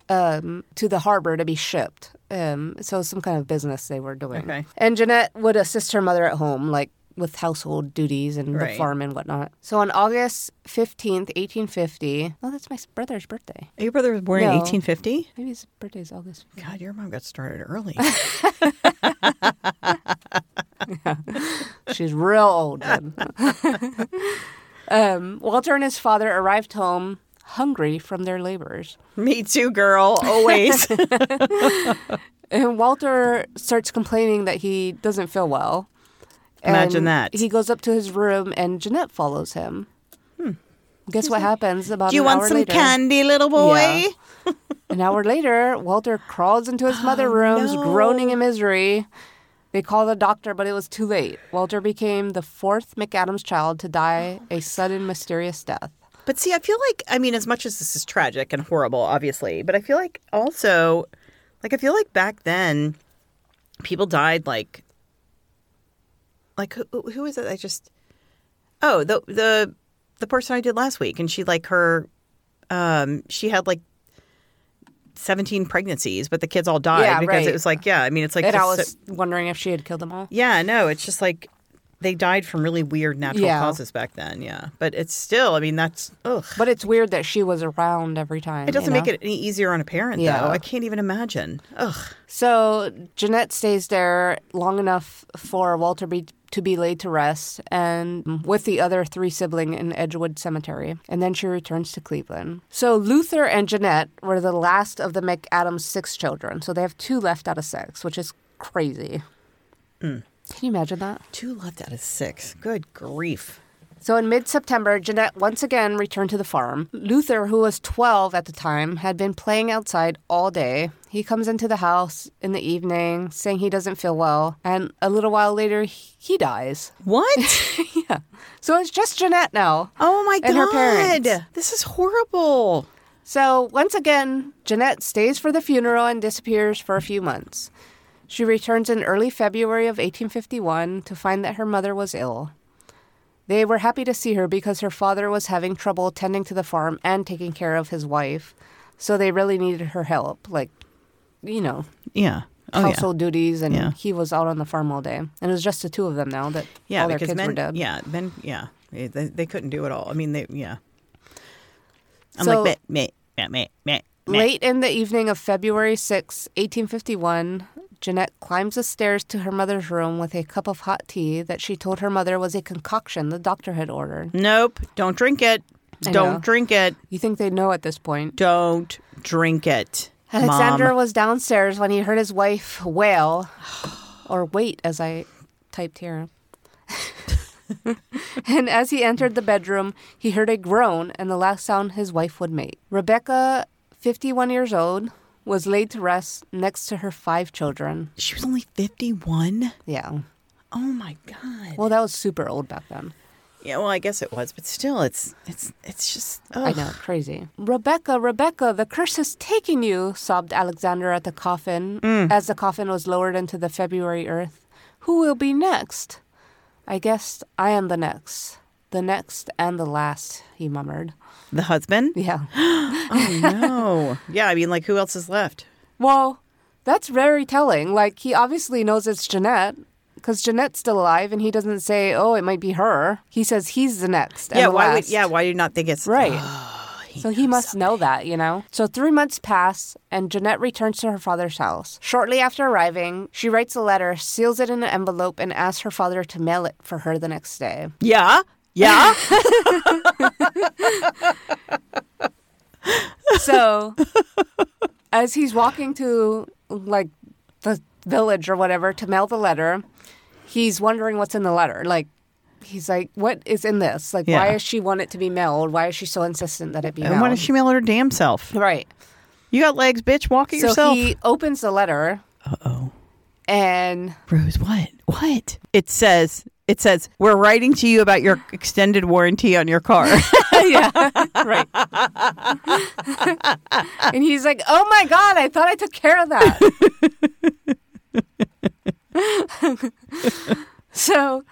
um, to the harbor to be shipped. Um, so some kind of business they were doing.
Okay.
And Jeanette would assist her mother at home, like with household duties and the
Right.
farm and whatnot. So on August fifteenth, eighteen fifty. Oh, that's my brother's birthday.
Your brother was born in
No.
1850?
Maybe his birthday is August. 15th.
God, your mom got started early.
She's real old. Jen. um, Walter and his father arrived home hungry from their labors.
Me too, girl. Always.
And Walter starts complaining that he doesn't feel well.
Imagine
And
that.
He goes up to his room and Jeanette follows him. Guess what happens about
Hmm. Do you
an
want
hour
some
later?
candy, little boy?
Yeah. An hour later, Walter crawls into his mother's room,
Oh, no.
groaning in misery. They call the doctor, but it was too late. Walter became the fourth McAdams child to die a sudden, mysterious death.
But see, I feel like, I mean, as much as this is tragic and horrible, obviously, but I feel like also, like, I feel like back then people died like, like, who, who is it? I just, oh, the, the, the person I did last week. And she, like, her, um, she had like 17 pregnancies, but the kids all died
Yeah,
because
right.
it was like, yeah, I mean, it's like,
And I
just
was
so-
wondering if she had killed them all.
yeah, no, it's just like, they died from really weird natural
Yeah.
causes back then, yeah. But it's still, I mean, that's ugh.
But it's weird that she was around every time.
It doesn't
you know?
make it any easier on a parent,
Yeah.
though. I can't even imagine. Ugh.
So Jeanette stays there long enough for Walter be, to be laid to rest and with the other three siblings in Edgewood Cemetery. And then she returns to Cleveland. So Luther and Jeanette were the last of the McAdams' six children. So they have two left out of six, which is crazy. Can you imagine that?
Two left out of six. Good grief.
So in mid September, Jeanette once again returned to the farm. Luther, who was 12 at the time, had been playing outside all day. He comes into the house in the evening saying he doesn't feel well, and a little while later, he he dies.
What?
yeah. So it's just Jeanette now.
Oh my
And
god.
her parents.
This is horrible.
So once again, Jeanette stays for the funeral and disappears for a few months. She returns in early February of 1851 to find that her mother was ill. They were happy to see her because her father was having trouble tending to the farm and taking care of his wife, so they really needed her help, like you know,
Yeah. Oh, yeah.
household duties, and
Yeah.
he was out on the farm all day. And it was just the two of them now that
Yeah,
all their
because
kids
men,
were dead.
yeah, men, yeah, they, they they couldn't do it all. I mean, they, yeah. I'm
So-
like, meh, meh, meh, meh, meh, meh.
Late in the evening of February 6, 1851, Jeanette climbs the stairs to her mother's room with a cup of hot tea that she told her mother was a concoction the doctor had ordered.
Nope, don't drink it.
I
Don't
know.
drink it.
You think they know at this point?
Don't drink it.
Alexander
Mom.
was downstairs when he heard his wife wail, or wait, as I typed here. and as he entered the bedroom, he heard a groan and the last sound his wife would make. Rebecca, 51 years old, was laid to rest next to her five children.
She was only 51.
Yeah.
Oh my god.
Mm. Well, that was super old back then.
yeah, well, I guess it was, but still, it's it's it's just.
I
Ugh.
know, crazy. Rebecca, Rebecca, the curse has taken you, sobbed Alexander at the coffin as the coffin was lowered into the February earth. Who will be next? I guess I am the next. The next and the last, he murmured.
The husband.
Yeah.
Oh no. yeah, I mean, like, who else is left?
well, that's very telling. Like, he obviously knows it's Jeanette because Jeanette's still alive and he doesn't say, oh, it might be her. He says he's the next. and
yeah.
the
Why would?
last.
Yeah. Why do you not think it's
Right.
Ah, he
so he must know that, you know? So three months pass, and Jeanette returns to her father's house. Shortly after arriving, she writes a letter, seals it in an envelope, and asks her father to mail it for her the next day.
Yeah. Yeah.
So as he's walking to, like, the village or whatever to mail the letter, he's wondering what's in the letter. Like, he's like, what is in this? Like, why
Yeah.
does she want it to be mailed? Why is she so insistent that it be mailed?
and why does she mail her damn self?
Right.
You got legs, bitch. Walk it
So
yourself.
he opens the letter
Uh oh.
and
Rose, what? What? It says it says we're writing to you about your extended warranty on your car.
yeah, right. and he's like, "Oh my god, I thought I took care of that." so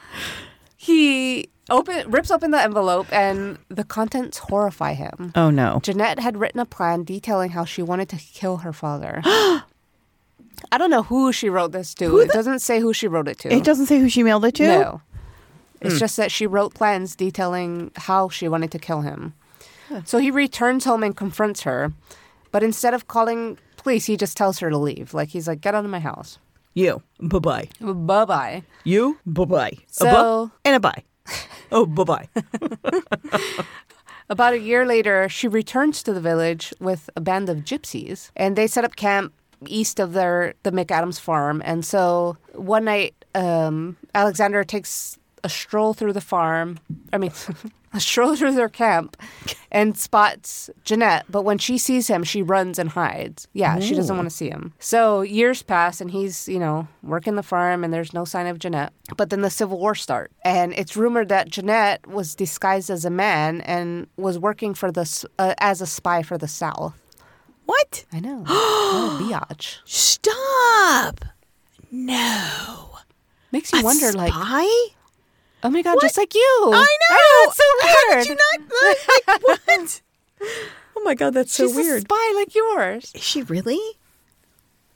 he open rips open the envelope, and the contents horrify him.
oh no.
Jeanette had written a plan detailing how she wanted to kill her father. I don't know who she wrote this to. it doesn't say who she wrote it to.
It doesn't say who she mailed it to.
No. It's just that she wrote plans detailing how she wanted to kill him. So he returns home and confronts her, but instead of calling police, he just tells her to leave. Like he's like, "Get out of my house.
You. Bye bye.
Bye bye."
You. Bye bye. a
So-
bu- and a bye. Oh bye bye.
About a year later, she returns to the village with a band of gypsies, and they set up camp east of their the McAdams farm. And so one night, um, Alexander takes a stroll through the farm. I mean. A stroll through their camp and spots Jeanette, but when she sees him, she runs and hides. Yeah, she doesn't want to see him. So years pass, and he's, you know, working the farm, and there's no sign of Jeanette. But then the Civil War starts, and it's rumored that Jeanette was disguised as a man and was working for the s- uh, as a spy for the South.
what?
I know, what a biatch.
Stop. No.
Makes you wonder, like,
spy?
oh my god, just like you.
I know.
it's so
oh, How
weird.
did you not? Like, what? Oh my god, that's
She's
so
a
weird.
spy like yours.
Is she really?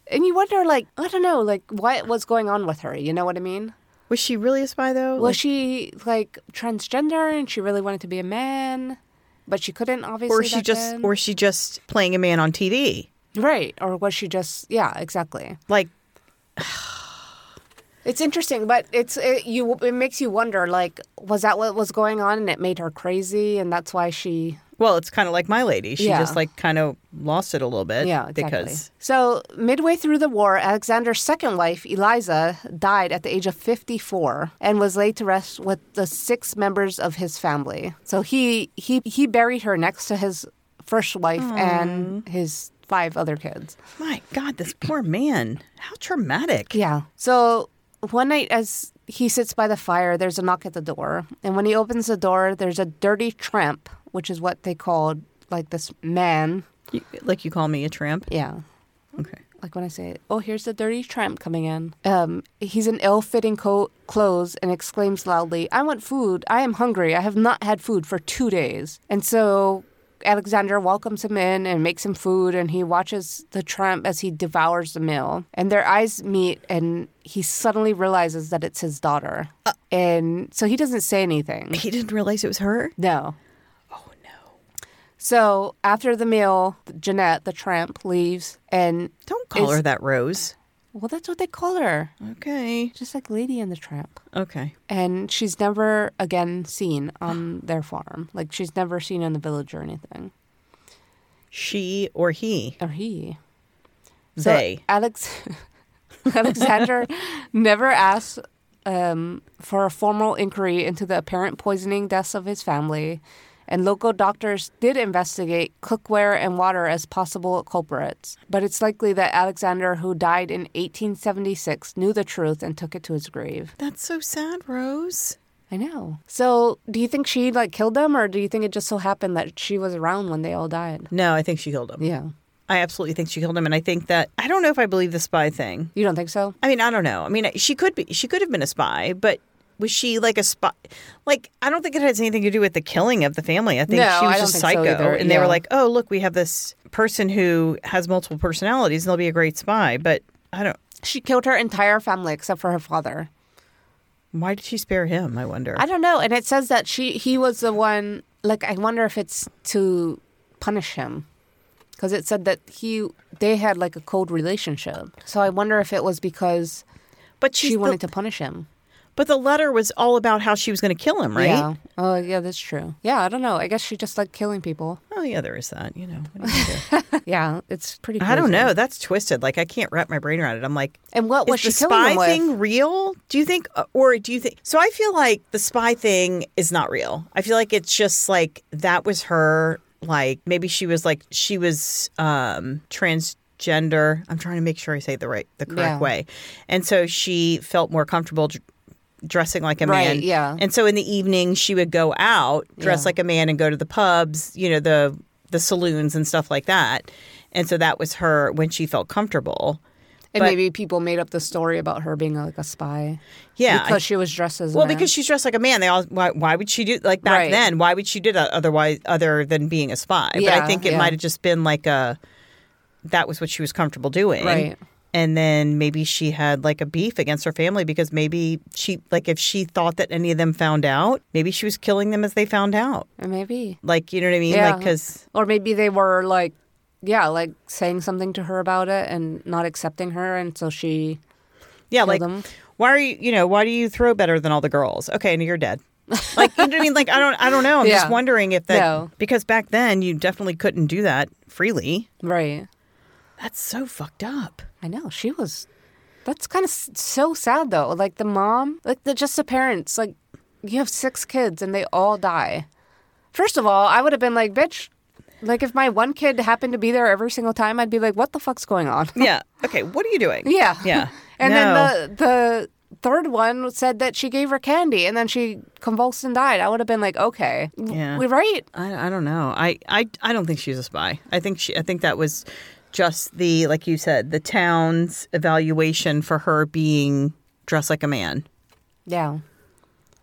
And you wonder, like, I don't know, like, what was going on with her? You know what I mean?
Was she really a spy though?
Was she like transgender and she really wanted to be a man, but she couldn't obviously?
or she
back
just
then?
or she just playing a man on TV?
right, or was she just yeah, exactly.
Like
It's interesting, but it's it, you. It makes you wonder, like, was that what was going on, and it made her crazy, and that's why she
Well, it's kind of like my lady. She
Yeah.
just like kind of lost it a little bit.
Yeah, exactly.
Because
so midway through the war, Alexander's second wife, Eliza, died at the age of 54 and was laid to rest with the six members of his family. So he he he buried her next to his first wife and his five other kids.
my God, this poor man. How traumatic.
Yeah. So one night, as he sits by the fire, there's a knock at the door. And when he opens the door, there's a dirty tramp, which is what they called like this man.
You- like you call me a tramp.
Yeah.
Okay.
like when I say, "Oh, here's the dirty tramp coming in." Um, he's in ill-fitting coat, clothes, and exclaims loudly, "I want food! I am hungry! I have not had food for two days!" And so Alexander welcomes him in and makes him food, and he watches the tramp as he devours the meal. And their eyes meet, and he suddenly realizes that it's his daughter. and so he doesn't say anything.
He didn't realize it was her.
No. Oh, no. So after the meal, Jeanette, the tramp, leaves, and
Don't call
Is-
her that, Rose.
well, that's what they call her.
Okay.
Just like Lady and the Tramp.
Okay.
And she's never again seen on their farm. Like, she's never seen in the village or anything.
She or he.
Or he.
They.
Alex Alexander never asked um, for a formal inquiry into the apparent poisoning deaths of his family, and local doctors did investigate cookware and water as possible culprits. But it's likely that Alexander, who died in 1876, knew the truth and took it to his grave.
That's so sad, Rose.
I know. So, do you think she like killed them, or do you think it just so happened that she was around when they all died?
No, I think she killed him.
Yeah,
I absolutely think she killed him. And I think that, I don't know if I believe the spy thing.
you don't think so?
I mean, I don't know. I mean, she could be. She could have been a spy, but was she like a spy? Like, I don't think it has anything to do with the killing of the family. I think
No,
she
I
was
don't
just
think so
psycho,
either,
and they were
yeah.
like, "Oh, look, we have this person who has multiple personalities, and they'll be a great spy." But I don't.
She killed her entire family except for her father.
Why did she spare him? I wonder.
I don't know. And it says that she he was the one. Like I wonder if it's to punish him, because it said that he they had like a cold relationship. So I wonder if it was because
but
she
she's the-
wanted to punish him.
But the letter was all about how she was going to kill him, right?
Yeah. Oh yeah, that's true. Yeah, I don't know. I guess she just liked killing people.
Oh yeah, there is that. You know. What do you do?
yeah, it's pretty. Crazy.
I don't know. That's twisted. Like I can't wrap my brain around it. I'm like,
And what was
is
she
the
killing
spy
him with?
thing real? Do you think, uh, or do you think? So I feel like the spy thing is not real. I feel like it's just like that was her. Like maybe she was like she was um transgender. I'm trying to make sure I say it the right, the correct
Yeah.
way, and so she felt more comfortable. Dr- dressing like a
Right,
man
yeah.
and so in the evening she would go out dress
Yeah.
like a man and go to the pubs you know the the saloons and stuff like that and so that was her when she felt comfortable
And
but-
maybe people made up the story about her being like a spy.
Yeah, I-
because she was dressed as a
Well,
man.
because she's dressed like a man, they all why, why would she do like back
Right.
then? Why would she do that otherwise other than being a spy? but I
Yeah,
think it
yeah.
might have just been like a that was what she was comfortable doing,
Right.
And then maybe she had like a beef against her family because maybe she like if she thought that any of them found out, maybe she was killing them as they found out.
maybe
Like you know what I mean?
Yeah.
Like because
Or maybe they were like, yeah, like saying something to her about it and not accepting her, and so she.
yeah,
Kill
like
them.
why are you you know why do you throw better than all the girls? Okay, and you're dead. like you know what I mean? Like I don't I don't know. I'm
Yeah.
just wondering if that
No.
because back then you definitely couldn't do that freely.
Right.
That's so fucked up.
I know she was. That's kind of s- so sad though. Like the mom, like the just the parents. Like you have six kids and they all die. First of all, I would have been like, bitch. Like if my one kid happened to be there every single time, I'd be like, what the fuck's going on?
Yeah. Okay. What are you doing?
Yeah.
Yeah.
and
No.
then the the third one said that she gave her candy and then she convulsed and died. I would have been like, okay.
Yeah.
We're right.
I, I don't know. I, I I don't think she's a spy. I think she. I think that was just the like you said the town's evaluation for her being dressed like a man.
Yeah.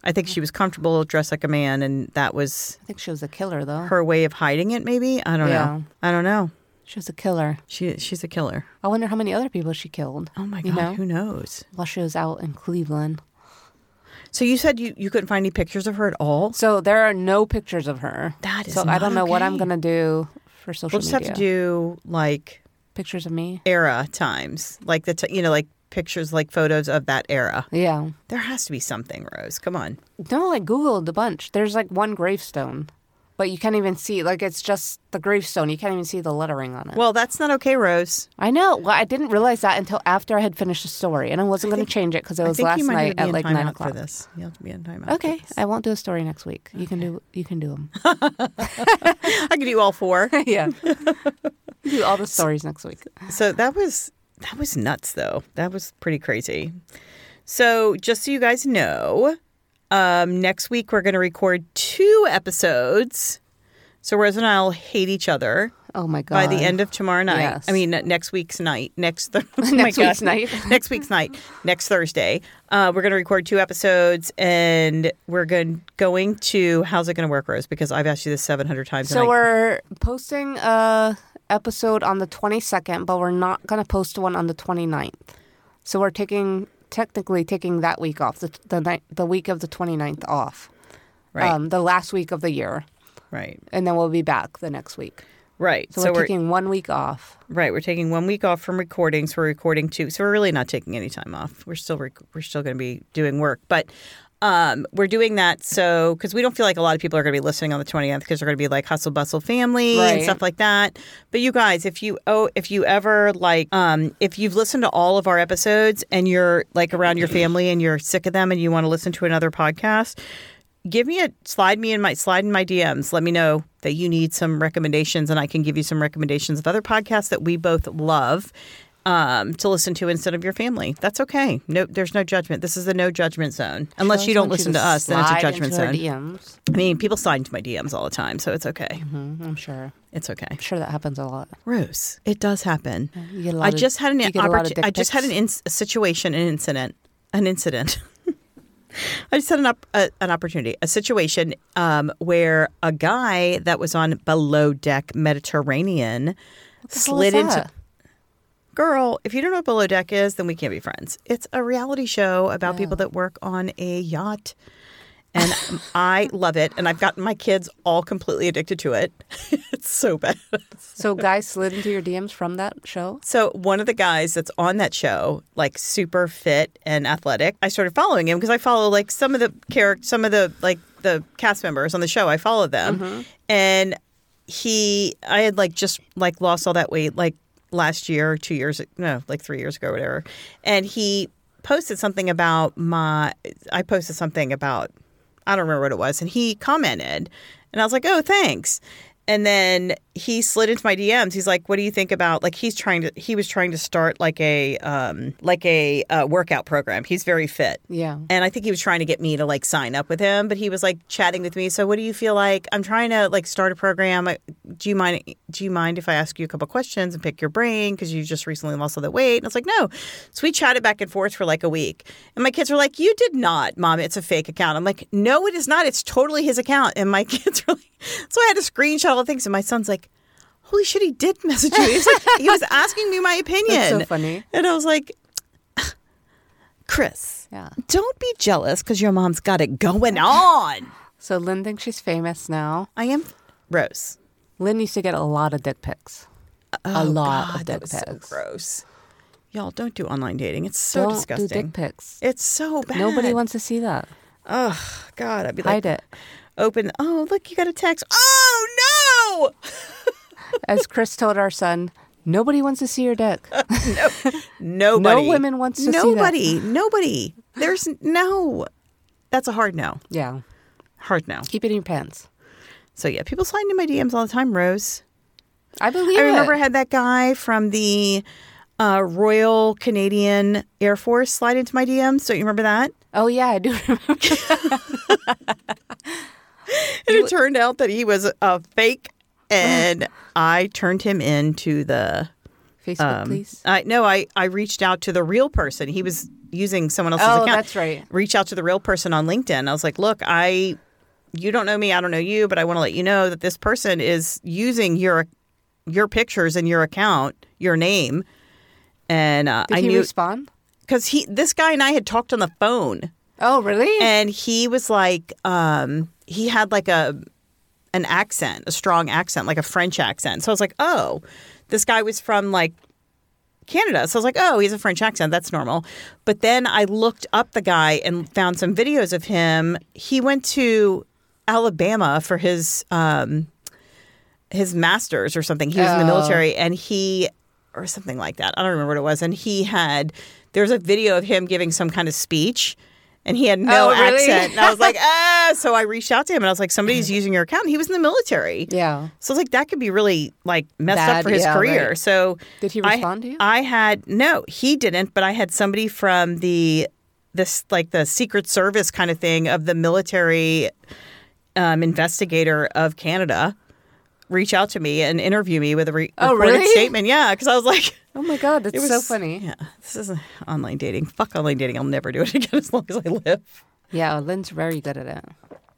I think she was comfortable dressed like a man, and that was
I think she was a killer though.
her way of hiding it. Maybe I don't
Yeah.
know. I don't know.
she was a killer.
She she's a killer.
I wonder how many other people she killed.
Oh my god.
You know?
Who knows?
While she was out in Cleveland.
So you said you you couldn't find any pictures of her at all.
So there are no pictures of her.
That is
So I don't
not
know what I'm
okay.
gonna do for social
We'll just
media.
have to do like
pictures of me.
era times, like the t- you know, like pictures, like photos of that era.
Yeah.
There has to be something, Rose. Come on.
No, I googled a bunch. There's like one gravestone, but you can't even see. Like it's just the gravestone. You can't even see the lettering on it.
Well, that's not okay, Rose.
I know. Well, I didn't realize that until after I had finished the story, and I wasn't going to change it because it
I
was
think
last
you might
night
have to be in
at like
timeout
nine
for
o'clock.
this. You have to be in timeout. for
Okay,
this.
I won't do a story next week. You can do. You can do them.
I could do all four.
yeah. do all the stories next week.
so that was that was nuts, though. That was pretty crazy. So just so you guys know, um, next week we're going to record two episodes. So Rose and I'll hate each other.
Oh my god!
by the end of tomorrow night.
Yes.
I mean, uh, next week's night. Next, th- oh my
Next
God.
week's night.
next week's night. Next Thursday. Uh, we're going to record two episodes, and we're going going to. How's it going to work, Rose? Because I've asked you this seven hundred times.
so
and I-
we're posting a episode on the 22nd, but we're not gonna post one on the 29th. So we're taking technically taking that week off the the night the week of the 29th off.
right,
Um, the last week of the year,
right,
and then we'll be back the next week.
right.
So, we're taking one week off.
Right, we're taking one week off from recordings. We're recording two, so we're really not taking any time off. We're still rec- we're still going to be doing work, but um, we're doing that so because we don't feel like a lot of people are going to be listening on the twentieth because they're going to be like hustle bustle family and
Right.
stuff like that. But you guys, if you oh if you ever like um, if you've listened to all of our episodes and you're like around your family and you're sick of them and you want to listen to another podcast, give me a slide me in my slide in my DMs. Let me know that you need some recommendations, and I can give you some recommendations of other podcasts that we both love um, to listen to instead of your family. That's okay. No, there's no judgment. This is the no judgment zone. Unless you don't listen to, us, then it's a judgment zone.
DMs.
I mean, people slide into my DMs all the time, so it's okay.
I'm sure.
It's okay.
I'm sure that happens a lot.
Rose, it does happen.
You get a lot
I
of-
just had an
you get a lot of
opportu-
dick
I just had an
pics.
in- a situation, an incident, an incident. I just had an op- a, an opportunity, a situation um, where a guy that was on below deck Mediterranean
What the hell
slid
is
into.
that?
Girl, if you don't know what below deck is, then we can't be friends. It's a reality show about people that work on a yacht. And I love it. And I've gotten my kids all completely addicted to it. it's so bad.
So guys slid into your DMs from that show.
So one of the guys that's on that show, like super fit and athletic, I started following him because I follow like some of the character, some of the like the cast members on the show. I follow them, and he, I had like just like lost all that weight like last year, two years, no, like three years ago, whatever. And he posted something about my, I posted something about, I don't remember what it was, and he commented, and I was like, oh, thanks. And then he slid into my DMs. He's like, "What do you think about like he's trying to he was trying to start like a um like a uh, workout program. He's very fit.
Yeah.
And I think he was trying to get me to like sign up with him, but he was like chatting with me. So what do you feel like? I'm trying to like start a program. I- Do you mind? Do you mind if I ask you a couple questions and pick your brain because you just recently lost all that weight? And I was like, no. So we chatted back and forth for like a week, and my kids were like, you did not, mom. It's a fake account. I'm like, no, it is not. It's totally his account. And my kids were like, so I had to screenshot all the things, and my son's like. Holy shit, he did message you. He was, like, he was asking me my opinion.
so funny.
And I was like, Chris,
Yeah.
don't be jealous because your mom's got it going on.
So Lynn thinks she's famous now.
I am Rose.
Lynn used to get a lot of dick pics. a lot
Oh, God,
of
that
dick
was
pics.
so gross. Y'all don't do online dating. It's so
Don't
disgusting.
do dick pics.
It's so bad.
Nobody wants to see that.
Oh God, I'd be like,
Hide it.
open. Oh look, you got a text. Oh
As Chris told our son, nobody wants to see your dick.
no, nobody.
women wants to see that.
nobody. Nobody. There's no. That's a hard no.
yeah.
Hard no.
Keep it in your pants.
So yeah, people slide into my DMs all the time, Rose.
I believe
I remember I
it.
had that guy from the uh, Royal Canadian Air Force slide into my DMs. Don't you remember that?
Oh yeah, I do remember.
And it turned out that he was a fake, and I turned him into the. Um,
Facebook, please.
I no, I I reached out to the real person. He was using someone else's
Oh,
account.
that's right.
Reach out to the real person on LinkedIn. I was like, look, I, you don't know me, I don't know you, but I want to let you know that this person is using your your pictures and your account, your name. And uh,
Did
I
he
knew
respond?
because he this guy and I had talked on the phone,
Oh really?
and he was like, um, he had like a an accent, a strong accent, like a French accent. So I was like, oh, this guy was from like Canada. So I was like, oh, he's a French accent. That's normal. But then I looked up the guy and found some videos of him. He went to Alabama for his um, his master's or something. He was in the
Oh.
military and he or something like that. I don't remember what it was. And he had there's a video of him giving some kind of speech and he had no
Oh, really?
accent. And I was like, ah. So I reached out to him and I was like, somebody's using your account. And he was in the military.
yeah.
So I was like, that could be really like messed up
Bad,
for his
yeah,
career.
right.
So
Did he
I-
respond to you?
I had no, he didn't, but I had somebody from the this like the Secret Service kind of thing of the military um, investigator of Canada reach out to me and interview me with a re-
Oh,
recorded
really?
statement. Yeah, because I was like,
Oh my god, that's
it was
so funny. Yeah.
Yeah, this is online dating. Fuck online dating. I'll never do it again as long as I live.
Lynn's very good at it.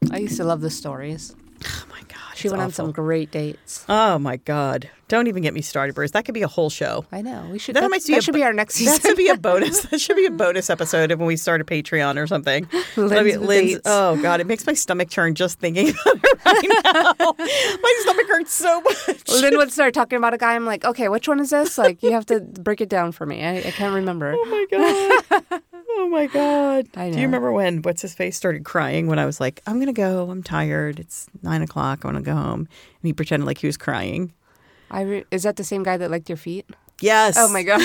I used to love the stories.
Oh my god,
She
it's
went on
awful.
some great dates.
Oh my god! Don't even get me started, Bruce. That could be a whole show.
I know. We should.
That,
That,
might
that should be our next
That should
season.
be a bonus. That should be a bonus episode of when we start a Patreon or something.
Lynn's
That'd be-
dates.
oh god, it makes my stomach turn just thinking about it right now. my stomach hurts so much.
Lynn would start talking about a guy. I'm like, okay, which one is this? Like, you have to break it down for me. I, I can't remember.
Oh my god. Oh my god.
I
Do
know.
you remember when what's his face started crying when I was like, I'm gonna go, I'm tired, it's nine o'clock, I wanna go home. And he pretended like he was crying.
I re- is that the same guy that liked your feet?
Yes.
Oh my god.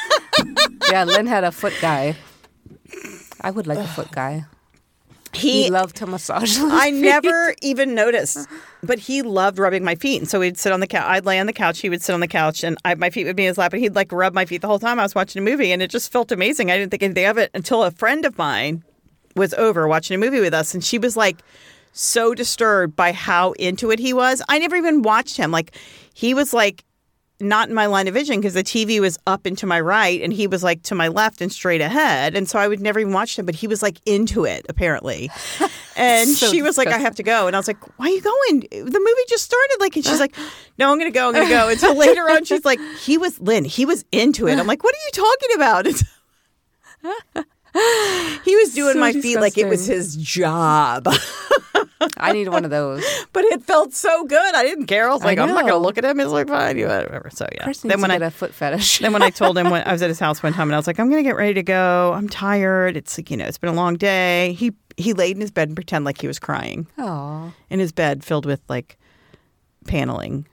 yeah, Lynn had a foot guy. I would like a foot guy. He,
He
loved to massage. Lynn's
I
feet.
never even noticed. But he loved rubbing my feet. And so we'd sit on the couch. I'd lay on the couch. He would sit on the couch and I, my feet would be in his lap. And he'd like rub my feet the whole time I was watching a movie. And it just felt amazing. I didn't think anything of it until a friend of mine was over watching a movie with us. And she was like so disturbed by how into it he was. I never even watched him. Like he was like not in my line of vision because the TV was up and to my right and he was like to my left and straight ahead. And so I would never even watch him, but he was like into it apparently. And
So
she was like, I have to go. And I was like, why are you going? The movie just started. Like, and she's like, no, I'm going to go. I'm going to go. And so later on, she's like, he was Lynn. He was into it. I'm like, what are you talking about? And so- he was doing
So
my feet like it was
disgusting.
his job.
I need one of those.
but it felt so good. I didn't care. I was
I
like, I'm not going
know.
to look at him. It's like, fine, you whatever. So yeah.
Person
then
needs
when
to
I
get a foot fetish.
then when I told him when I was at his house one time and I was like, I'm gonna get ready to go. I'm tired. It's like, you know, it's been a long day. He he laid in his bed and pretend like he was crying
Oh,
in his bed filled with like paneling.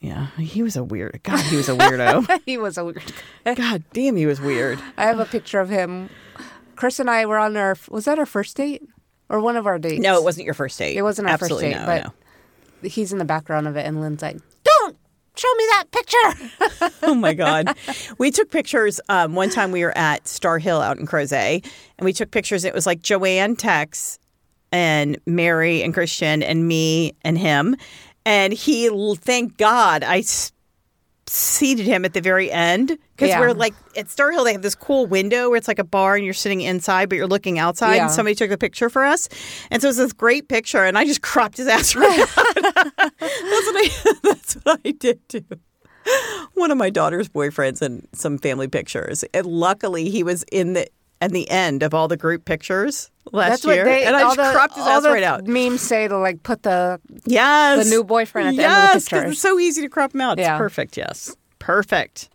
Yeah. He was a weird God, he was a weirdo.
he was a weird.
God damn, he was weird.
I have a picture of him. Chris and I were on our was that our first date or one of our dates?
No, it wasn't your first date.
It wasn't our first
Absolutely
date,
no,
but-
no.
He's in the background of it, and Lynn's like, "Don't show me that picture."
oh my god we took pictures um, one time we were at star hill out in crozet and we took pictures it was like joanne tex and mary and christian and me and him and he thank god i s- seated him at the very end because
Yeah.
we're like at star hill they have this cool window where it's like a bar and you're sitting inside but you're looking outside
Yeah.
and somebody took the picture for us and so it's this great picture and i just cropped his ass right out. that's, what I, that's what i did too one of my daughter's boyfriends and some family pictures. And luckily, he was in the at the end of all the group pictures last
That's what
year,
they
and I
all
just
the,
cropped his
all
ass
the
right out.
Memes say to like put the
Yes,
the new boyfriend at the end of the
yes, 'cause
picture.
It's so easy to crop him out. It's
Yeah.
perfect. Yes, perfect.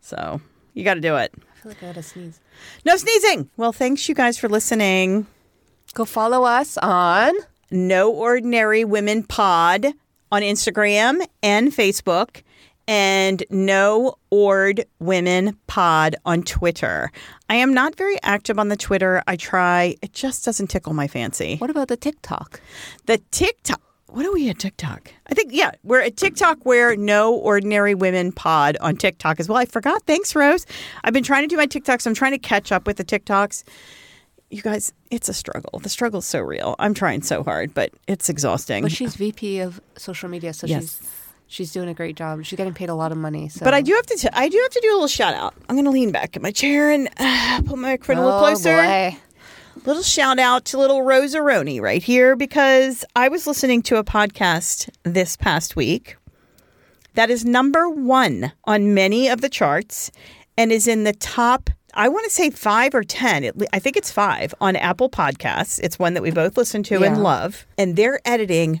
So you got to do it.
I feel like I had a sneeze.
No sneezing. Well, thanks you guys for listening.
Go follow us on
No Ordinary Women Pod on Instagram and Facebook, and No Ord Women Pod on Twitter. I am not very active on the Twitter. I try, it just doesn't tickle my fancy.
what about the TikTok?
The TikTok. What are we at TikTok? I think, yeah, we're at TikTok where No Ordinary Women Pod on TikTok as well. I forgot. Thanks, Rose. I've been trying to do my TikToks. I'm trying to catch up with the TikToks. You guys, it's a struggle. The struggle's so real. I'm trying so hard, but it's exhausting.
But she's VP of social media, so
Mm. Yes.
she's she's doing a great job. She's getting paid a lot of money. So.
But I do have to. T- I do have to do a little shout out. I'm going to lean back in my chair and uh, put my microphone a little
Oh,
closer.
boy.
Little shout out to little Rosaroni right here because I was listening to a podcast this past week that is number one on many of the charts and is in the top. I want to say five or ten. At le- I think it's five on Apple Podcasts. It's one that we both listen to and
Yeah.
love. And their editing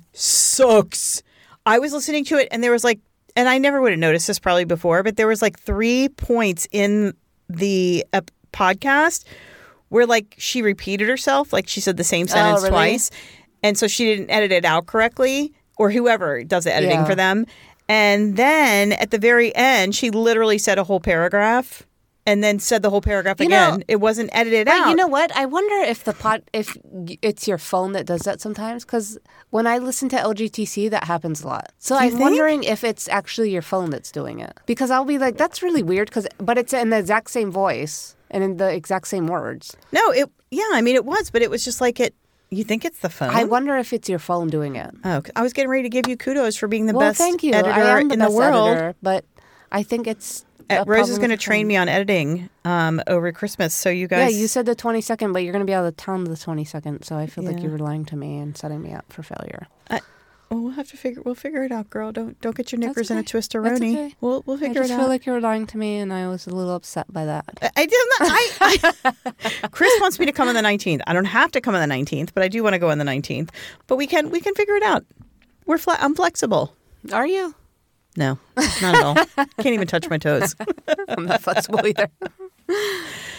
sucks. I was listening to it, and there was like, and I never would have noticed this probably before, but there was like three points in the uh, podcast where like she repeated herself, like she said the same sentence
Oh, really?
twice, and so she didn't edit it out correctly, or whoever does the editing
Yeah.
for them. And then at the very end, she literally said a whole paragraph, and then said the whole paragraph
You know-
again. it wasn't edited out.
You know what? I wonder if the pot if y- it's your phone that does that sometimes because when I listen to LGTC, that happens a lot. So I'm
think?
wondering if it's actually your phone that's doing it because I'll be like, that's really weird because but it's in the exact same voice and in the exact same words.
No, it yeah, I mean it was, but it was just like it You think it's the phone?
I wonder if it's your phone doing it.
Oh, 'cause I was getting ready to give you kudos for being the
well,
best
thank you.
editor
I am the
in
best
the world.
editor, but I think it's.
Uh,
a
Rose is
problem
going to
with the
train
phone.
me on editing um, over Christmas, so you
Yeah,
guys.
you said the 22nd, but you're going to be out of town the 22nd, so I feel like
Yeah.
you were lying to me and setting me up for failure.
Well, we'll have to figure. We'll figure it out, girl. Don't don't get your
That's
knickers in a
okay. That's
twisteroni.
okay.
We'll we'll
I
figure
just
it
feel
out.
like you were lying to me, and I was a little upset by that.
I- I did not. I, I Chris wants me to come on the nineteenth. I don't have to come on the nineteenth, but I do want to go on the nineteenth. But we can we can figure it out. We're fle- I'm flexible.
Are you?
No, not at all. Can't even touch my toes.
I'm not flexible either. okay.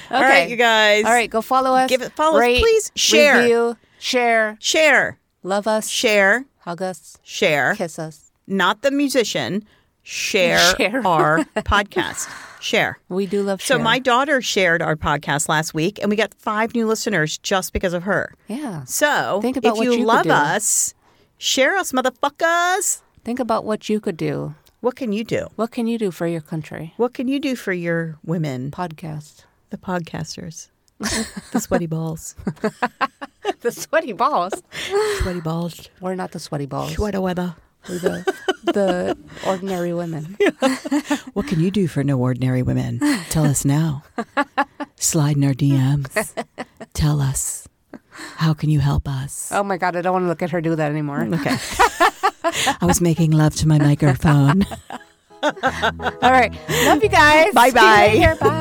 All right, you guys.
All right, go follow us.
Give it- follow us,
rate,
please. Share.
Review, share,
share,
love us,
share,
hug us,
share.
kiss us.
Not the musician. Share,
Share.
our podcast. Share.
We do love
So
share.
my daughter shared our podcast last week, and we got five new listeners just because of her.
Yeah.
So
Think about
if
what
you,
you could
love
do.
us, share us, motherfuckers.
Think about what you could do.
What can you do?
What can you do for your country?
What can you do for your women,
Podcast.
the podcasters, the sweaty balls,
The sweaty balls.
sweaty balls,
We're not the sweaty balls.
sweater weather?
We're the, the ordinary women.
What can you do for no ordinary women? Tell us now. Slide in our DMs. Tell us. How can you help us?
Oh my God, I don't want to look at her do that anymore.
Okay. I was making love to my microphone.
All right. Love you guys.
Bye-bye.
See you later. Bye.